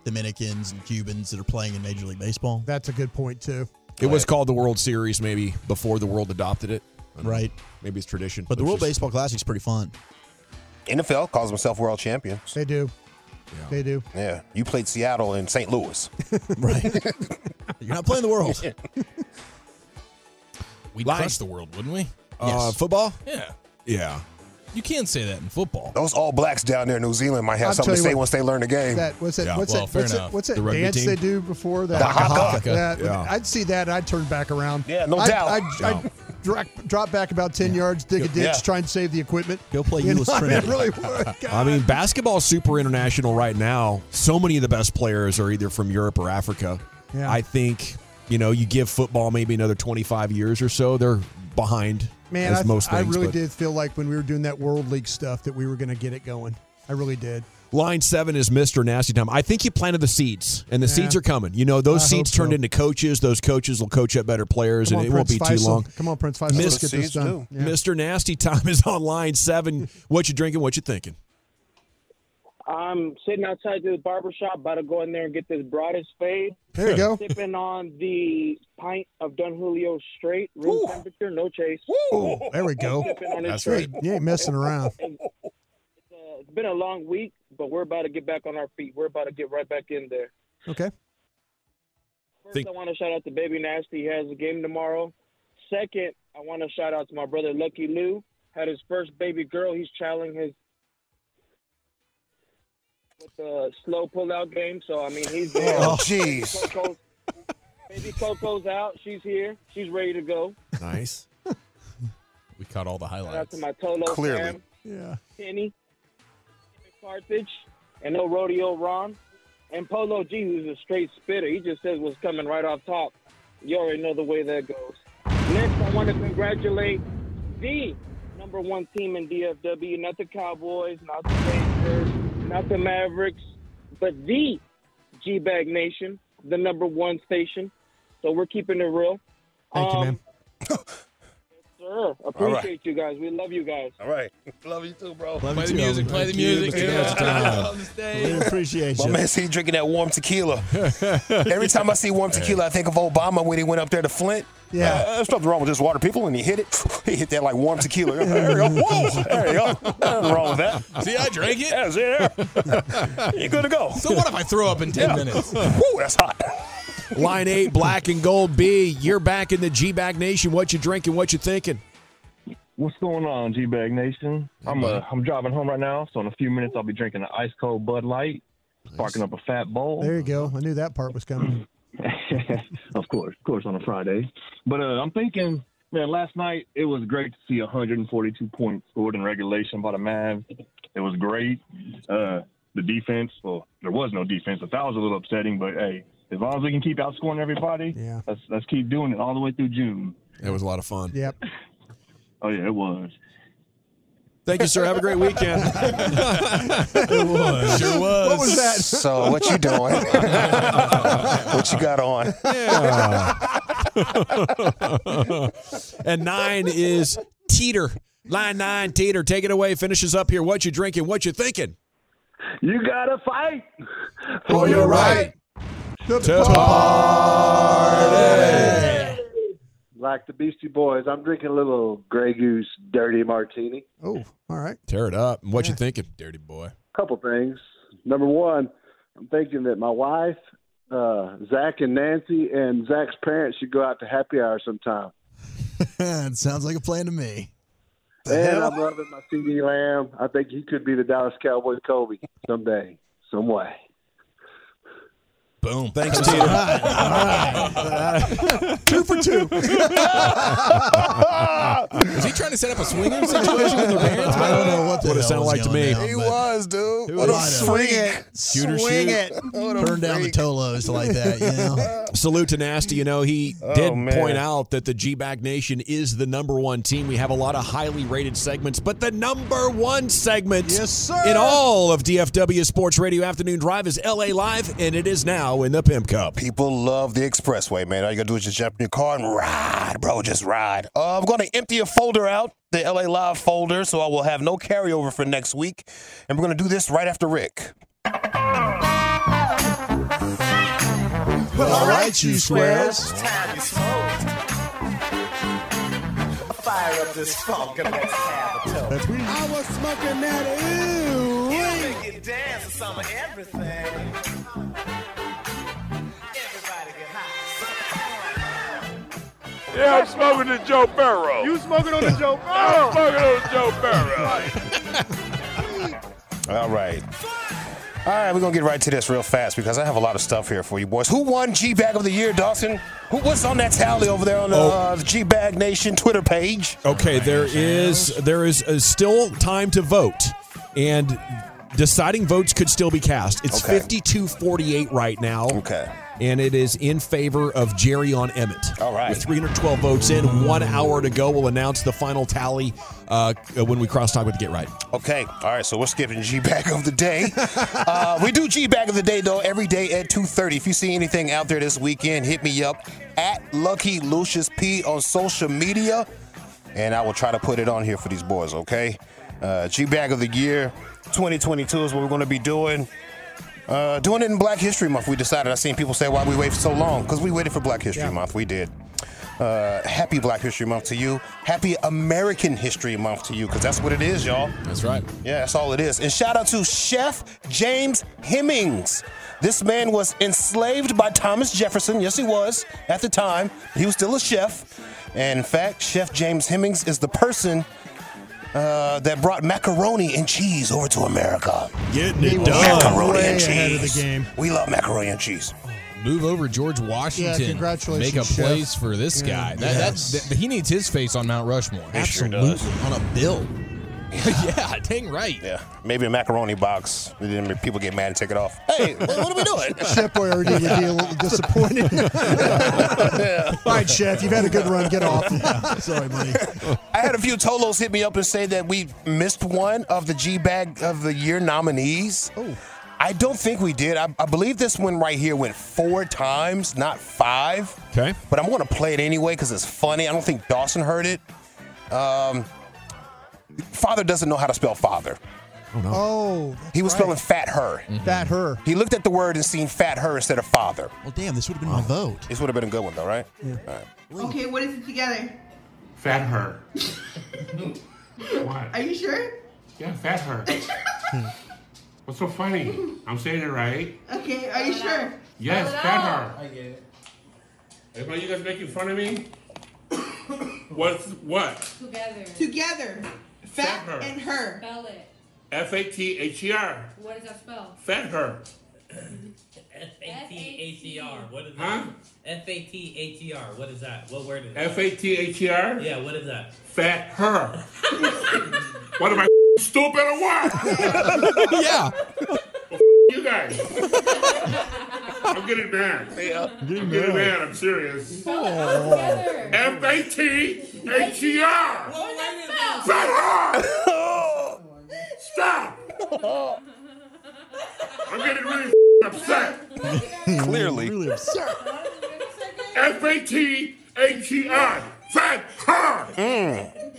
Speaker 7: Dominicans and Cubans that are playing in Major League Baseball.
Speaker 8: That's a good point too.
Speaker 5: It was called the World Series maybe before the world adopted it. I don't know.
Speaker 7: Right.
Speaker 5: Maybe it's tradition.
Speaker 7: but the
Speaker 5: It's
Speaker 7: World
Speaker 5: just-
Speaker 7: Baseball Classic's pretty fun.
Speaker 12: NFL calls himself world champion.
Speaker 8: They do. They do.
Speaker 12: Yeah. You played Seattle and St. Louis.
Speaker 7: You're not playing the world.
Speaker 11: We'd
Speaker 12: Lies.
Speaker 11: crush the world, wouldn't we?
Speaker 5: Uh, football?
Speaker 11: Yeah.
Speaker 5: Yeah.
Speaker 11: You can't say that in football.
Speaker 12: Those All Blacks down there in New Zealand might have
Speaker 11: I'll
Speaker 12: something to
Speaker 11: tell you
Speaker 12: say
Speaker 11: what.
Speaker 12: once they learn the game.
Speaker 8: That what's that?
Speaker 11: Yeah,
Speaker 8: what's
Speaker 11: well,
Speaker 8: that?
Speaker 11: fair
Speaker 8: What's that?
Speaker 11: enough.
Speaker 8: What's
Speaker 11: The
Speaker 8: that
Speaker 11: rugby
Speaker 8: dance
Speaker 11: team?
Speaker 8: they do before that?
Speaker 11: The haka haka.
Speaker 8: That-
Speaker 11: Yeah.
Speaker 8: I'd see that. I'd turn back around.
Speaker 12: Yeah, no
Speaker 8: I'd,
Speaker 12: doubt.
Speaker 8: I'd, I'd
Speaker 12: Yeah.
Speaker 8: drop, drop back about ten yards, dig a ditch,
Speaker 5: yeah.
Speaker 8: try and save the equipment.
Speaker 7: Go play
Speaker 8: you know,
Speaker 5: Euless
Speaker 8: I mean, I
Speaker 5: Trinity.
Speaker 8: really would.
Speaker 5: I mean, basketball's super international right now. So many of the best players are either from Europe or Africa.
Speaker 8: Yeah.
Speaker 5: I think, you know, you give football maybe another 25 years or so, they're behind
Speaker 8: Man,
Speaker 5: as
Speaker 8: I,
Speaker 5: most
Speaker 8: I
Speaker 5: things.
Speaker 8: really
Speaker 5: but-
Speaker 8: did feel like when we were doing that World League stuff that we were going to get it going. I really did.
Speaker 5: Line seven is Mr. Nasty Time. I think you planted the seeds, and the
Speaker 8: Yeah.
Speaker 5: seeds are coming. You know, those
Speaker 8: I
Speaker 5: seeds
Speaker 8: hope
Speaker 5: turned
Speaker 8: so.
Speaker 5: into coaches. Those coaches will coach up better players,
Speaker 8: Come
Speaker 5: and
Speaker 8: on,
Speaker 5: it won't
Speaker 8: Prince
Speaker 5: be
Speaker 8: Faisal.
Speaker 5: too long.
Speaker 8: Come on, Prince Faisal. Let's get this done. Yeah.
Speaker 5: Mr. Nasty Time is on line seven. What you drinking? What you thinking?
Speaker 16: I'm sitting outside this barber shop, about to go in there and get this broadest fade.
Speaker 8: There you go.
Speaker 16: Sipping on the pint of Don Julio straight, room temperature, no chase.
Speaker 8: Ooh, there we go.
Speaker 16: Sipping on it
Speaker 8: That's
Speaker 16: straight.
Speaker 8: right. You ain't messing around.
Speaker 16: It's, uh, it's been a long week, but we're about to get back on our feet. We're about to get right back in there.
Speaker 8: Okay.
Speaker 5: Think-
Speaker 19: I want to shout out to Baby Nasty. He has a game tomorrow. Second, I want to shout out to my brother Lucky Lou. Had his first baby girl. He's channeling his with the slow pullout game. So I mean, he's there.
Speaker 12: Oh, jeez.
Speaker 19: Coco's- Baby Coco's out. She's here. She's ready to go.
Speaker 5: Nice.
Speaker 11: we caught all the
Speaker 19: Shout out
Speaker 11: highlights.
Speaker 19: to my Tolo
Speaker 11: Clearly.
Speaker 19: fam,
Speaker 8: Yeah.
Speaker 19: Kenny, Carthage, and no rodeo Ron, and Polo G, who's a straight spitter. He just says what's coming right off top. You already know the way that goes. Next, I want to congratulate the number one team in DFW, not the Cowboys, not the Rangers, not the Mavericks, but the G Bag Nation, the number one station. So we're keeping it real.
Speaker 8: Thank you, ma'am.
Speaker 19: Sure. Appreciate you guys. We love you guys.
Speaker 12: All right. Love you too, bro.
Speaker 19: Love
Speaker 12: Play
Speaker 19: you
Speaker 12: the
Speaker 19: too,
Speaker 12: music.
Speaker 19: Albert.
Speaker 12: Play the
Speaker 19: Thank you,
Speaker 12: music.
Speaker 19: Mr.
Speaker 12: Yeah.
Speaker 19: Gaston.
Speaker 12: On the stage.
Speaker 19: We appreciate
Speaker 12: My
Speaker 19: you.
Speaker 12: man, see you drinking that warm tequila. Every time I see warm tequila, I think of Obama when he went up there to Flint.
Speaker 8: Yeah.
Speaker 12: Uh, there's nothing wrong with this water, people. And he hit it. He hit that like warm tequila. There you go. Whoa. There you go. Nothing wrong with that.
Speaker 11: See, I drank it.
Speaker 12: Yeah, see there. You're good to go.
Speaker 11: So what if I throw up in 10 minutes?
Speaker 12: Woo, that's hot.
Speaker 5: Line eight, black and gold. B, you're back in the G Bag Nation. What you drinking? What you thinking?
Speaker 20: What's going on, G Bag Nation? I'm uh, I'm driving home right now, so in a few minutes I'll be drinking an ice cold Bud Light, sparking up a fat bowl.
Speaker 8: There you go. I knew that part was coming.
Speaker 20: of course, of course, on a Friday. But uh, I'm thinking, man, last night it was great to see 142 points scored in regulation by the Mavs. It was great. Uh, the defense, well, there was no defense, but that was a little upsetting. But hey, as long as we can keep outscoring everybody,
Speaker 8: yeah.
Speaker 20: let's let's keep doing it all the way through June.
Speaker 5: That was a lot of fun.
Speaker 8: Yep.
Speaker 20: Oh yeah, it was.
Speaker 5: Thank you, sir. Have a great weekend. it
Speaker 12: was. Sure was.
Speaker 5: What was that?
Speaker 12: So what you doing? what you got on?
Speaker 5: and nine is Teeter. Line nine, Teeter. Take it away. Finishes up here. What you drinking? What you thinking?
Speaker 21: You gotta fight
Speaker 5: for your right to
Speaker 21: Like the Beastie Boys, I'm drinking a little Grey Goose Dirty Martini.
Speaker 8: Oh, all right.
Speaker 5: Tear it up. And what you thinking? Dirty boy.
Speaker 21: Couple things. Number one, I'm thinking that my wife, uh, Zach and Nancy, and Zach's parents should go out to happy hour sometime.
Speaker 7: it sounds like a plan to me.
Speaker 21: and I'm loving my CD Lamb. I think he could be the Dallas Cowboy Kobe someday, some way.
Speaker 11: Boom.
Speaker 5: Thanks, Teeter.
Speaker 11: two for two. Was he trying to set up a swinger situation with the parents? I don't know what
Speaker 5: What it sounded like to me.
Speaker 12: He was, dude.
Speaker 11: Who
Speaker 12: What a
Speaker 11: is-
Speaker 12: swing
Speaker 11: Swing
Speaker 12: it.
Speaker 11: Shooter
Speaker 12: swing
Speaker 11: shoot.
Speaker 12: it. What a
Speaker 11: Turn down the
Speaker 12: freak.
Speaker 11: Tolos like that, you know?
Speaker 5: Salute to Nasty. You know, he
Speaker 11: Oh,
Speaker 5: did
Speaker 11: man.
Speaker 5: point out that the G Bag Nation is the number one team. We have a lot of highly rated segments, but the number one segment in all of DFW Sports Radio Afternoon Drive is LA Live, and it is now in the Pimp Cup.
Speaker 12: People love the expressway, man. All you gotta do is just jump in your car and ride, bro. Just ride. Uh, I'm gonna empty a folder out, the LA Live folder, so I will have no carryover for next week. And we're gonna do this right after Rick.
Speaker 22: Well, all
Speaker 11: right, you
Speaker 22: squares. Fire up this funk and let's have a toast. I was smoking that ew. You can dance to some of everything. Everybody get hot.
Speaker 23: Yeah, I'm smoking the Joe Burrow.
Speaker 22: You smoking on the Joe
Speaker 23: I'm
Speaker 22: Burrow?
Speaker 23: smoking on the Joe Burrow.
Speaker 12: All right. All right, we're gonna get right to this real fast because I have a lot of stuff here for you boys. Who won G Bag of the Year, Dawson? Who was on that tally over there on the, uh, the G Bag Nation Twitter page?
Speaker 5: Oh. Okay, there is there is uh, still time to vote, and deciding votes could still be cast. It's
Speaker 12: Okay.
Speaker 5: fifty-two forty-eight right now.
Speaker 12: Okay.
Speaker 5: And it is in favor of Jerry on Emmett. All right. With 312 votes in, one hour to go. We'll announce the final tally uh, when we cross talk with Get Right.
Speaker 12: Okay. All right. So we're skipping G Bag of the Day. uh, we do G Bag of the Day though every day at two thirty. If you see anything out there this weekend, hit me up at Lucky Lucius P on social media, and I will try to put it on here for these boys. Okay. Uh, G Bag of the Year 2022 is what we're going to be doing. Uh, doing it in Black History Month, we decided. I seen people say why we wait for so long because we waited for Black History Month. We did. Uh, happy Black History Month to you. Happy American History Month to you because that's what it is, y'all.
Speaker 5: That's right.
Speaker 12: Yeah, that's all it is. And shout out to Chef James Hemmings. This man was enslaved by Thomas Jefferson. Yes, he was at the time. He was still a chef. And in fact, Chef James Hemmings is the person uh, that brought macaroni and cheese over to America.
Speaker 5: Getting
Speaker 12: it
Speaker 5: done.
Speaker 12: Macaroni
Speaker 5: Way
Speaker 12: and cheese.
Speaker 5: ahead of the game.
Speaker 12: We love macaroni and cheese.
Speaker 11: Move over George Washington.
Speaker 10: congratulations,
Speaker 11: Make a
Speaker 10: Chef.
Speaker 11: place for this
Speaker 10: Yeah.
Speaker 11: guy. That,
Speaker 10: Yes.
Speaker 11: that's, that, he needs his face on Mount Rushmore.
Speaker 12: He sure does.
Speaker 11: On a bill. yeah, dang right.
Speaker 12: Yeah, maybe a macaroni box. And Then people get mad and take it off. Hey, what, what are we doing?
Speaker 8: Chef Boyardee would be a little disappointed. All right, Chef, you've had a good run. Get off. Sorry, buddy.
Speaker 12: I had a few Tolos hit me up and say that we missed one of the G Bag of the Year nominees. I don't think we did. I, I believe this one right here went four times, not five.
Speaker 5: Okay.
Speaker 12: But I'm going to play it anyway because it's funny. I don't think Dawson heard it. Um, father doesn't know how to spell father.
Speaker 8: Oh,
Speaker 12: He was spelling fat her.
Speaker 7: Mm-hmm.
Speaker 8: Fat her.
Speaker 12: He looked at the word and seen fat her instead of father.
Speaker 7: Well, damn, this would have been my vote.
Speaker 12: This would have been a good one, though, right? All right.
Speaker 6: Okay, what is it together?
Speaker 12: Fat her.
Speaker 6: Are you sure?
Speaker 1: Yeah, fat her. What's so funny? I'm saying it right.
Speaker 6: Okay, are you sure?
Speaker 1: Yes,
Speaker 6: Spell it
Speaker 1: fat
Speaker 6: out.
Speaker 1: her. I get it. Everybody, you guys making fun of me? What's what?
Speaker 6: Together. Together. Fat
Speaker 1: her.
Speaker 6: and her.
Speaker 1: F A T H E R.
Speaker 6: What does that spell?
Speaker 1: Fat her.
Speaker 2: F A T H E R. What is
Speaker 1: Huh?
Speaker 2: that? F A T H E R. What is that? What word is that?
Speaker 1: F A T H E R.
Speaker 2: Yeah. What is that?
Speaker 1: Fat her. what am I stupid or what?
Speaker 11: yeah.
Speaker 1: you guys. I'm getting mad. I'm getting
Speaker 12: mad.
Speaker 1: mad. I'm serious.
Speaker 12: Oh.
Speaker 1: F A T H E R. Stop! I'm getting really upset.
Speaker 12: Clearly.
Speaker 1: Really upset. F A T H E R. Fat her.
Speaker 12: Mm.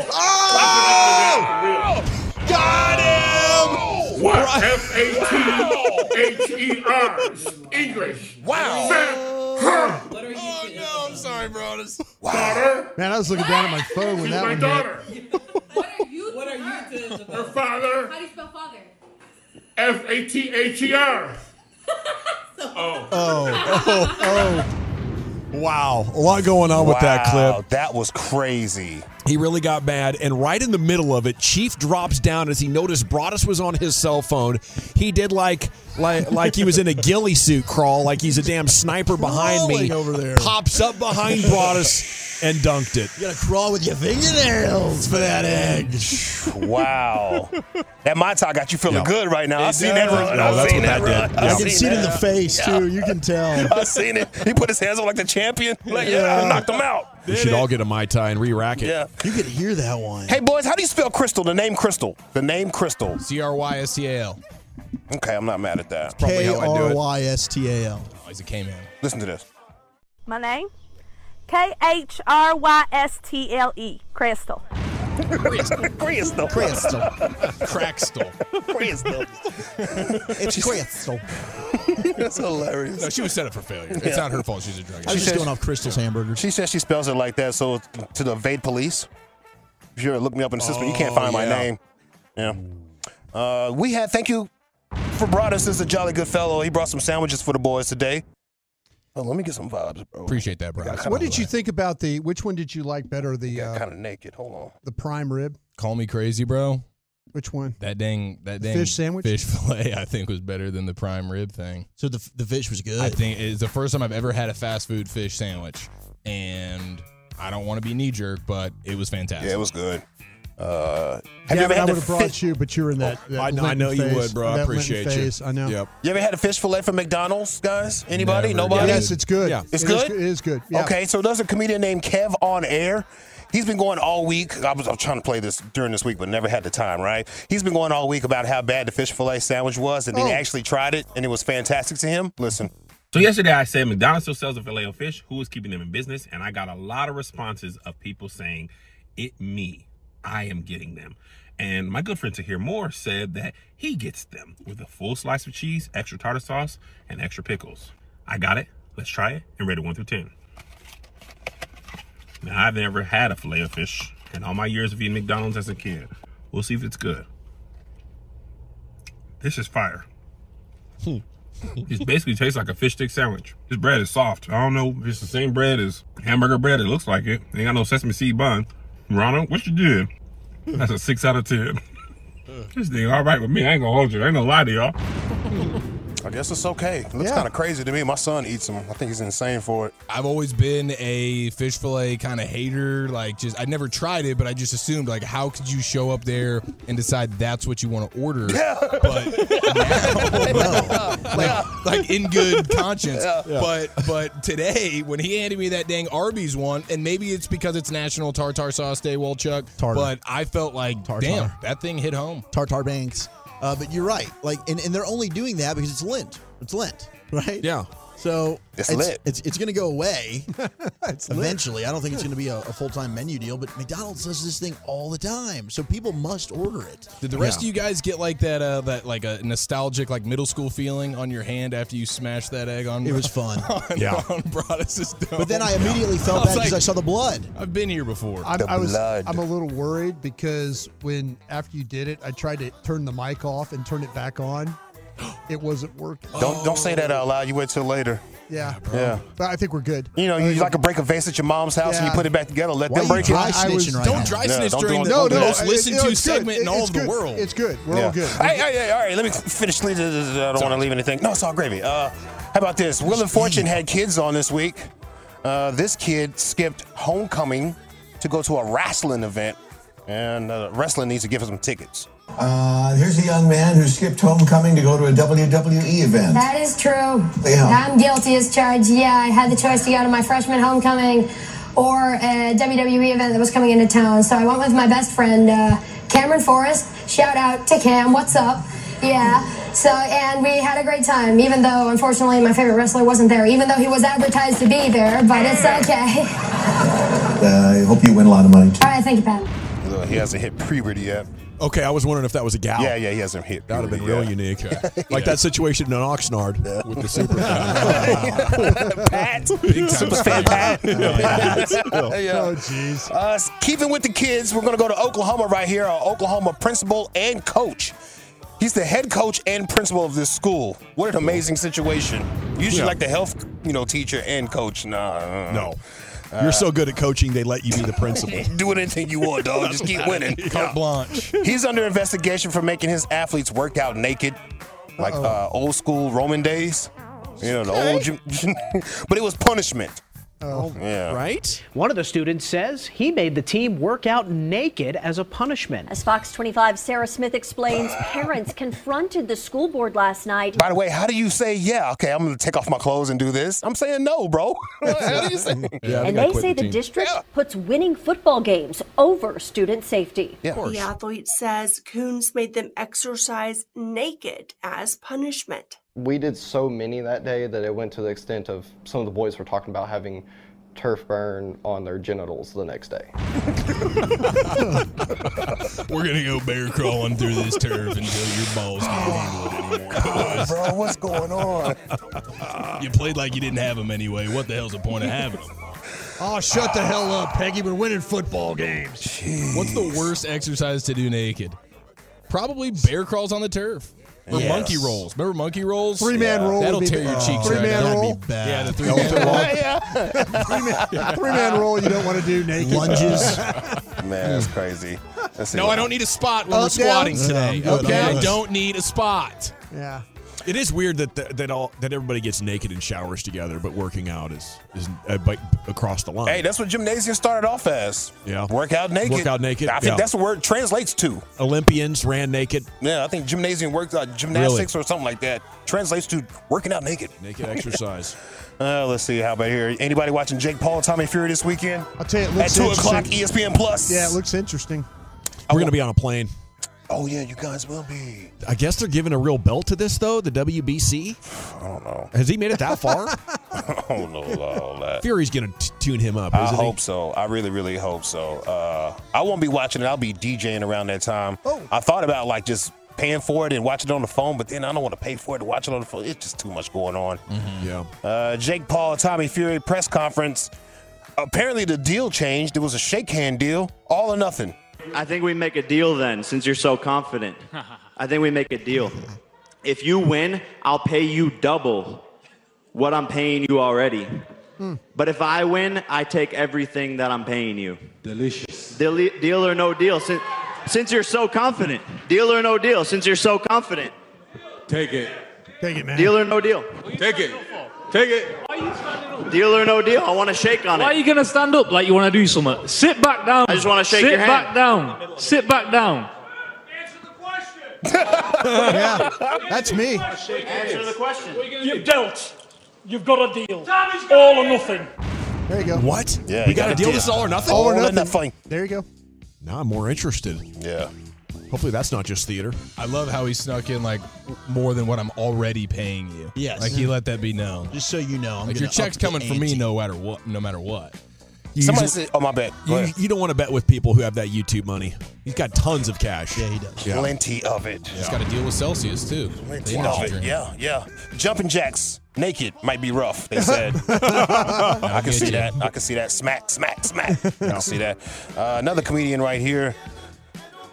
Speaker 11: Oh!
Speaker 12: Got him!
Speaker 1: What? F A T H E R. English.
Speaker 12: Wow.
Speaker 11: Oh no, I'm sorry, bro.
Speaker 8: Man, I was looking down at my phone when
Speaker 1: She's
Speaker 8: that
Speaker 1: my
Speaker 8: one
Speaker 1: daughter.
Speaker 8: hit.
Speaker 2: What are you to the
Speaker 1: Her father.
Speaker 9: How do you spell father?
Speaker 1: F A T H E R. Oh.
Speaker 8: Oh, oh, oh.
Speaker 5: Wow. A lot going on with that
Speaker 12: Wow,
Speaker 5: clip.
Speaker 12: That was crazy.
Speaker 5: He really got mad. And right in the middle of it, Chief drops down as he noticed Broadus was on his cell phone. He did like like like he was in a ghillie suit crawl, like he's a damn sniper behind me.
Speaker 7: Crawling over there.
Speaker 5: Pops up behind Broadus and dunked it.
Speaker 7: You gotta crawl with your fingernails for that egg.
Speaker 12: Wow. that Mai Tai got you feeling good right now. I
Speaker 7: It
Speaker 12: seen that
Speaker 7: does.
Speaker 12: run.
Speaker 7: No,
Speaker 12: I
Speaker 7: that's
Speaker 12: seen
Speaker 7: what
Speaker 12: that,
Speaker 7: that
Speaker 12: run.
Speaker 7: did.
Speaker 12: I
Speaker 7: Yeah.
Speaker 12: seen
Speaker 7: You can see it in the
Speaker 12: that.
Speaker 7: face,
Speaker 12: Yeah.
Speaker 7: too. You can tell.
Speaker 12: I seen it. He put his hands up like the champion. Like, yeah, I knocked him out.
Speaker 5: We should all get a Mai Tai and re-rack it.
Speaker 12: Yeah.
Speaker 7: You could hear that one.
Speaker 12: Hey boys, how do you spell crystal? The name crystal. The name crystal.
Speaker 11: C R Y S T A L.
Speaker 12: Okay, I'm not mad at that.
Speaker 7: K R Y S T A L.
Speaker 11: Oh, he's a K man.
Speaker 12: Listen to this.
Speaker 9: My name? K H R Y S T L E. Crystal.
Speaker 12: Crystal. Crystal.
Speaker 7: Crystal.
Speaker 11: Crackstal.
Speaker 12: Crystal.
Speaker 7: It's crystal.
Speaker 12: That's hilarious.
Speaker 11: No, she was set up for failure. It's
Speaker 12: Yeah.
Speaker 11: not her fault. She's a drug
Speaker 7: I was just going off Crystal's hamburger.
Speaker 12: She says she spells it like that, so to the evade police. If you ever look me up in the system, you can't
Speaker 11: Oh,
Speaker 12: find my
Speaker 11: yeah.
Speaker 12: name. Yeah. Uh, we had thank you for brought us this a jolly good fellow. He brought some sandwiches for the boys today. Oh, let me get some vibes, bro.
Speaker 11: Appreciate that, bro.
Speaker 8: What did you think about the? Which one did you like better? The uh,
Speaker 12: kind of naked. Hold on.
Speaker 8: the prime rib.
Speaker 11: Call me crazy, bro.
Speaker 8: Which one?
Speaker 11: That dang, that
Speaker 8: The
Speaker 11: dang
Speaker 8: fish sandwich?
Speaker 11: fish fillet, I think was better than the prime rib thing.
Speaker 7: So the the fish was good.
Speaker 11: I think it's the first time I've ever had a fast food fish sandwich, and I don't want to be knee jerk, but it was fantastic.
Speaker 12: Yeah, it was good. Uh,
Speaker 8: yeah,
Speaker 11: Have you ever
Speaker 8: but
Speaker 11: had
Speaker 8: I
Speaker 11: the
Speaker 8: would have brought
Speaker 11: fish-
Speaker 8: you, but you were in that.
Speaker 11: Oh,
Speaker 8: that
Speaker 11: I know- I
Speaker 8: Linton
Speaker 11: know you
Speaker 8: phase,
Speaker 11: would, bro. I
Speaker 8: that Linton
Speaker 11: appreciate you.
Speaker 8: phase. I know.
Speaker 11: Yep.
Speaker 12: You ever had a fish fillet from McDonald's, guys? Anybody?
Speaker 11: Never.
Speaker 12: Nobody?
Speaker 11: Yes,
Speaker 8: it's good. Yeah.
Speaker 12: It's
Speaker 8: It is
Speaker 12: good?
Speaker 8: good- it is good, yeah.
Speaker 12: Okay, so there's a comedian named Kev on air. He's been going all week. I was, I was trying to play this during this week, but never had the time, right? He's been going all week about how bad the fish fillet sandwich was, and then he
Speaker 2: Oh.
Speaker 12: actually tried it, and it was fantastic to him. Listen.
Speaker 2: So yesterday I said McDonald's still sells a filet of fish. Who is keeping them in business? And I got a lot of responses of people saying, "It me, I am getting them." And my good friend Tahir Moore said that he gets them with a full slice of cheese, extra tartar sauce, and extra pickles. I got it. Let's try it and rate it one through ten. Now I've never had a filet of fish in all my years of eating McDonald's as a kid. We'll see if it's good. This is fire. It basically tastes like a fish stick sandwich. This bread is soft. I don't know if it's the same bread as hamburger bread. It looks like it. Ain't got no sesame seed bun. Ronald, what you did? That's a six out of ten. This thing all right with me. I ain't gonna hold you. I ain't gonna lie to y'all.
Speaker 12: I guess it's okay. It looks
Speaker 2: Yeah.
Speaker 12: kind of crazy to me. My son eats them. I think he's insane for it.
Speaker 11: I've always been a fish fillet kind of hater. Like, just I never tried it, but I just assumed like, how could you show up there and decide that's what you want to order? like, like in good conscience.
Speaker 10: Yeah.
Speaker 11: But but today, when he handed me that dang Arby's one, and maybe it's because it's National Tartar Sauce Day, Walchuk.
Speaker 7: Tartar.
Speaker 11: But I felt like, damn, that thing hit home.
Speaker 7: Tartar Banks. Uh, but you're right. Like, and, and they're only doing that because it's Lent. It's Lent, right? Yeah. So
Speaker 12: It's
Speaker 7: it's
Speaker 12: lit.
Speaker 7: It's, it's going to go away eventually. I don't think it's going to be a, a full time menu deal, but McDonald's does this thing all the time. So people must order it.
Speaker 11: Did the rest of you guys get like that? Uh, that like a nostalgic, like middle school feeling on your hand after you smashed that egg on?
Speaker 7: It was fun.
Speaker 11: on,
Speaker 7: Yeah.
Speaker 11: on Broadus's dome.
Speaker 7: But then I immediately
Speaker 11: Yeah.
Speaker 7: felt
Speaker 11: was
Speaker 7: bad because
Speaker 11: like,
Speaker 7: I saw the blood.
Speaker 11: I've been here before.
Speaker 8: I'm, I was, I'm a little worried because when after you did it, I tried to turn the mic off and turn it back on. It wasn't working.
Speaker 12: Don't don't say that out loud. You wait till later.
Speaker 8: Yeah.
Speaker 12: Yeah.
Speaker 8: But I think we're good.
Speaker 12: You know, you like to break a vase at your mom's house and you
Speaker 8: Yeah.
Speaker 12: put it back together. Let
Speaker 8: Why
Speaker 12: them
Speaker 8: you
Speaker 12: break
Speaker 8: dry
Speaker 12: it.
Speaker 8: I was- snitching right don't now. dry
Speaker 11: snitch
Speaker 12: don't- don't-
Speaker 11: during the-
Speaker 12: don't do
Speaker 11: most
Speaker 12: that.
Speaker 11: listened
Speaker 8: it's
Speaker 11: to
Speaker 8: good.
Speaker 11: segment in
Speaker 8: It-
Speaker 11: all
Speaker 8: it's
Speaker 11: of the
Speaker 8: good.
Speaker 11: world.
Speaker 8: It's good. We're
Speaker 12: Yeah.
Speaker 8: all good.
Speaker 12: Hey, hey, hey, all right, let me finish. I don't want to leave anything. No, it's all gravy. Uh, how about this? Will and Fortune had kids on this week. Uh, this kid skipped homecoming to go to a wrestling event, and uh, wrestling needs to give him some tickets.
Speaker 3: Uh, here's a young man who skipped homecoming to go to a E. WWE event.
Speaker 4: That is true.
Speaker 3: Yeah.
Speaker 4: I'm guilty as charged. Yeah, I had the choice to go to my freshman homecoming or a WWE event that was coming into town. So I went with my best friend, uh, Cameron Forrest. Shout out to Cam. What's up? Yeah. So, and we had a great time, even though unfortunately my favorite wrestler wasn't there, even though he was advertised to be there, but it's okay.
Speaker 3: Uh, I hope you win a lot of money.
Speaker 4: All right, thank you, Pat.
Speaker 12: Look, he hasn't hit puberty yet.
Speaker 5: Okay, I was wondering if that was a gal.
Speaker 12: Yeah, yeah, he hasn't hit.
Speaker 5: That would have been real unique. Like
Speaker 12: Yeah.
Speaker 5: that situation in Oxnard with the super.
Speaker 12: Pat. Big
Speaker 5: time
Speaker 12: Super fan Pat.
Speaker 5: Oh,
Speaker 12: jeez. Uh, s- keeping with the kids, we're going to go to Oklahoma right here. Our Oklahoma principal and coach. He's the head coach and principal of this school. What an amazing situation. Usually,
Speaker 5: Yeah.
Speaker 12: like the health, you know, teacher and coach. Nah, uh,
Speaker 5: No.
Speaker 12: uh,
Speaker 5: You're so good at coaching, they let you be the principal.
Speaker 12: do anything you want, dog. Just keep winning.
Speaker 11: Carte blanche.
Speaker 12: He's under investigation for making his athletes work out naked, like uh, old school Roman days. You know, the old gym. but it was punishment.
Speaker 8: Oh,
Speaker 12: yeah.
Speaker 24: Right? One of the students says he made the team work out naked as a punishment.
Speaker 13: As Fox 25 Sarah Smith explains, parents confronted the school board last night.
Speaker 12: By the way, how do you say, yeah, okay, I'm going to take off my clothes and do this? I'm saying no, bro. how do you say?
Speaker 13: and they say the district puts winning football games over student safety.
Speaker 25: The athlete says Coons made them exercise naked as punishment.
Speaker 26: We did so many that day that it went to the extent of some of the boys were talking about having turf burn on their genitals the next day.
Speaker 11: We're gonna go bear crawling through this turf until your balls can't handle it anymore.
Speaker 12: bro, what's going on?
Speaker 11: you played like you didn't have them anyway. What the hell's the point of having them?
Speaker 8: Oh, shut the hell up, Peggy. We're winning football games.
Speaker 11: What's the worst exercise to do naked? Probably bear crawls on the turf. Or
Speaker 10: Yes.
Speaker 11: monkey rolls. Remember monkey rolls?
Speaker 10: Three-man roll would
Speaker 11: That'll
Speaker 10: be
Speaker 11: tear
Speaker 10: bad.
Speaker 11: your cheeks.
Speaker 10: Three-man
Speaker 11: right out. That'd be
Speaker 10: roll?
Speaker 11: bad. Yeah, the three
Speaker 10: Elephant walk?
Speaker 8: Three-man- Three-man roll you don't want to do naked.
Speaker 7: Lunges.
Speaker 12: Man, that's crazy. Let's see
Speaker 11: No,
Speaker 12: what-
Speaker 11: I don't need a spot when
Speaker 8: Up,
Speaker 11: we're squatting
Speaker 5: down?
Speaker 11: today.
Speaker 5: Yeah, I'm good.
Speaker 11: okay,
Speaker 5: I'm
Speaker 11: I
Speaker 5: good.
Speaker 11: don't need a spot.
Speaker 8: Yeah.
Speaker 5: It is weird that th- that all that everybody gets naked and showers together, but working out is is uh, bi- across the line.
Speaker 12: Hey, that's what gymnasium started off as.
Speaker 5: Yeah.
Speaker 12: Work out naked.
Speaker 5: Work out naked,
Speaker 12: I think
Speaker 5: yeah.
Speaker 12: that's the word translates to.
Speaker 5: Olympians ran naked.
Speaker 12: Yeah, I think gymnasium works out, gymnastics or something like that translates to working out naked.
Speaker 5: Naked exercise.
Speaker 12: Uh, let's see. How about here? Anybody watching Jake Paul, Tommy Fury this weekend?
Speaker 8: I'll tell you, it
Speaker 12: At
Speaker 8: looks
Speaker 12: two o'clock, E
Speaker 8: interesting.
Speaker 12: ESPN Plus.
Speaker 8: Yeah, it looks interesting.
Speaker 5: We're gonna be on a plane.
Speaker 12: Oh yeah, you guys will be.
Speaker 5: I guess they're giving a real belt to this though. The WBC.
Speaker 12: I don't know.
Speaker 5: Has he made it that far?
Speaker 12: I don't know about all that.
Speaker 5: Fury's gonna t- tune him up.
Speaker 12: I
Speaker 5: isn't he?
Speaker 12: hope so. I really, really hope so. Uh, I won't be watching it. I'll be DJing around that time. Oh. I thought about like just paying for it and watching it on the phone, but then I don't want to pay for it to watch it on the phone. It's just too much going on.
Speaker 5: Mm-hmm. Yeah.
Speaker 12: Uh, Jake Paul, Tommy Fury press conference. Apparently the deal changed. It was a shake hand deal, all or nothing.
Speaker 27: I think we make a deal then, since you're so confident. I think we make a deal.
Speaker 28: If you win, I'll pay you double what I'm paying you already.
Speaker 8: Hmm.
Speaker 28: But if I win, I take everything that I'm paying you. Delicious. Deal, deal or no deal. Since, since you're so confident. Deal or no deal. Since you're so confident. Take it.
Speaker 8: Take it, man.
Speaker 28: Deal or no deal. Take it. Take it. Deal or no deal. I want to shake on
Speaker 29: Why are
Speaker 28: it.
Speaker 29: you gonna stand up like you wanna do something? Sit back down.
Speaker 28: I just wanna shake
Speaker 29: Sit
Speaker 28: your hand.
Speaker 29: back down. Sit back down.
Speaker 7: yeah, that's me.
Speaker 28: Answer the question.
Speaker 30: You've dealt. You've got a deal. All or nothing.
Speaker 8: There you go.
Speaker 5: What?
Speaker 12: Yeah,
Speaker 5: we
Speaker 12: you
Speaker 5: got to
Speaker 12: gotta
Speaker 5: deal
Speaker 12: deal.
Speaker 5: this all or nothing.
Speaker 12: All or All or nothing. nothing.
Speaker 8: There you go.
Speaker 5: Now I'm more interested.
Speaker 12: Yeah.
Speaker 5: Hopefully that's not just theater.
Speaker 11: I love how he snuck in like more than what I'm already paying you.
Speaker 5: Yes.
Speaker 11: like he let that be known.
Speaker 7: Just so you know,
Speaker 11: like your check's coming from me no matter what. No matter what.
Speaker 5: Somebody
Speaker 11: usually-
Speaker 5: said- oh,
Speaker 12: my bad.
Speaker 11: Go
Speaker 5: You,
Speaker 11: ahead.
Speaker 5: you don't want to bet with people who have that YouTube money. He's got tons of cash. Yeah, he does.
Speaker 12: Plenty of it.
Speaker 11: Just got to deal with Celsius too. They know
Speaker 12: Love
Speaker 11: you
Speaker 12: it.
Speaker 11: drink.
Speaker 12: Yeah, yeah. Jumping jacks naked might be rough. They said. I can
Speaker 11: get
Speaker 12: see
Speaker 11: you.
Speaker 12: that. I can see that. Smack, smack, smack. I can see that. Uh, another comedian right here.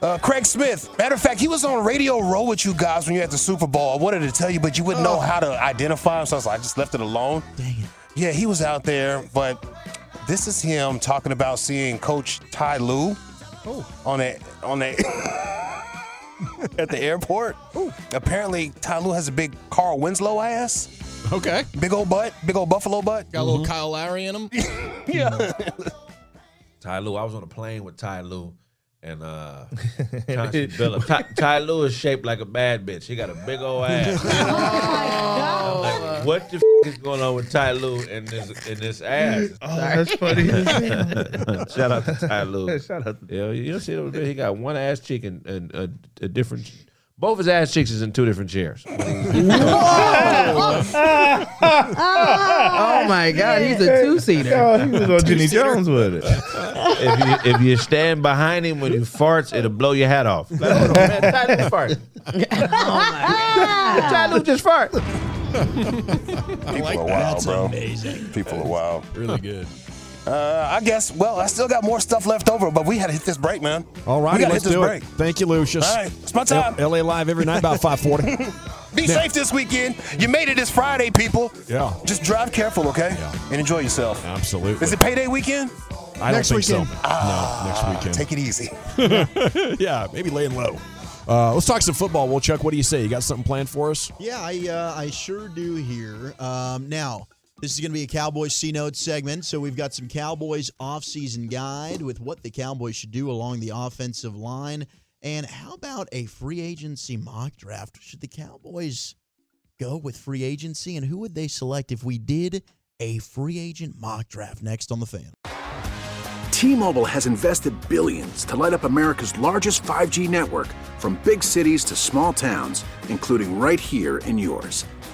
Speaker 12: Uh, Craig Smith. Matter of fact, he was on Radio Row with you guys when you had the Super Bowl. I wanted to tell you, but you wouldn't know how to identify him, so I, was like, I just left it alone. Oh. Dang it. Yeah, he was out there, but this is him talking about seeing Coach Ty Lue on a on a at the airport. Apparently, Ty Lue has a big Carl Winslow ass.
Speaker 11: Okay.
Speaker 12: Big old butt. Big old buffalo butt.
Speaker 11: Got a little Kyle Lowry in him.
Speaker 12: yeah.
Speaker 23: Ty Lue. I was on a plane with Ty Lue and uh Constance Biller. Ty, Ty Lue is shaped like a bad bitch. He got a big old ass.
Speaker 1: Oh,
Speaker 23: I'm like, what the f- is going on with Ty Lue and this and this ass? Oh, that's funny as hell. Shout out to Ty Lue. Shout out Yeah, you don't see it over there. He got one ass cheek and, and a, a different. Both his ass cheeks is in two different chairs.
Speaker 1: oh my God, he's a two seater.
Speaker 23: Oh, he was on Jimmy Jones with it. if you if you stand behind him when he farts, it'll blow your hat off. Like, hold on, man, Ty Lue fart. Ty Lue just fart.
Speaker 12: People are wild, bro. People are wild.
Speaker 11: Really good.
Speaker 12: Uh, I guess. Well, I still got more stuff left over, but we had to hit this break, man.
Speaker 5: All right,
Speaker 12: we gotta
Speaker 5: let's
Speaker 12: hit this
Speaker 5: do
Speaker 12: break.
Speaker 5: it. Thank you, Lucius.
Speaker 12: All right, it's my time.
Speaker 5: L- LA Live every night about 540.
Speaker 12: Be
Speaker 5: Now-
Speaker 12: safe this weekend. You made it this Friday, people.
Speaker 5: Yeah.
Speaker 12: Just drive careful, okay? And enjoy yourself.
Speaker 5: Absolutely.
Speaker 12: Is it payday weekend?
Speaker 5: I
Speaker 12: Next
Speaker 5: don't think
Speaker 12: weekend.
Speaker 5: so.
Speaker 12: Ah,
Speaker 5: no, next weekend.
Speaker 12: Take it easy.
Speaker 5: yeah, maybe laying low. Uh, let's talk some football. Well, Chuck, what do you say? You got something planned for us?
Speaker 7: Yeah, I uh, I sure do here. Um, now, this is going to be a Cowboys C note segment, so we've got some Cowboys off-season guide with what the Cowboys should do along the offensive line, and how about a free agency mock draft? Should the Cowboys go with free agency, and who would they select if we did a free agent mock draft? Next on the fan.
Speaker 3: T-Mobile has invested billions to light up America's largest 5G network from big cities to small towns, including right here in yours.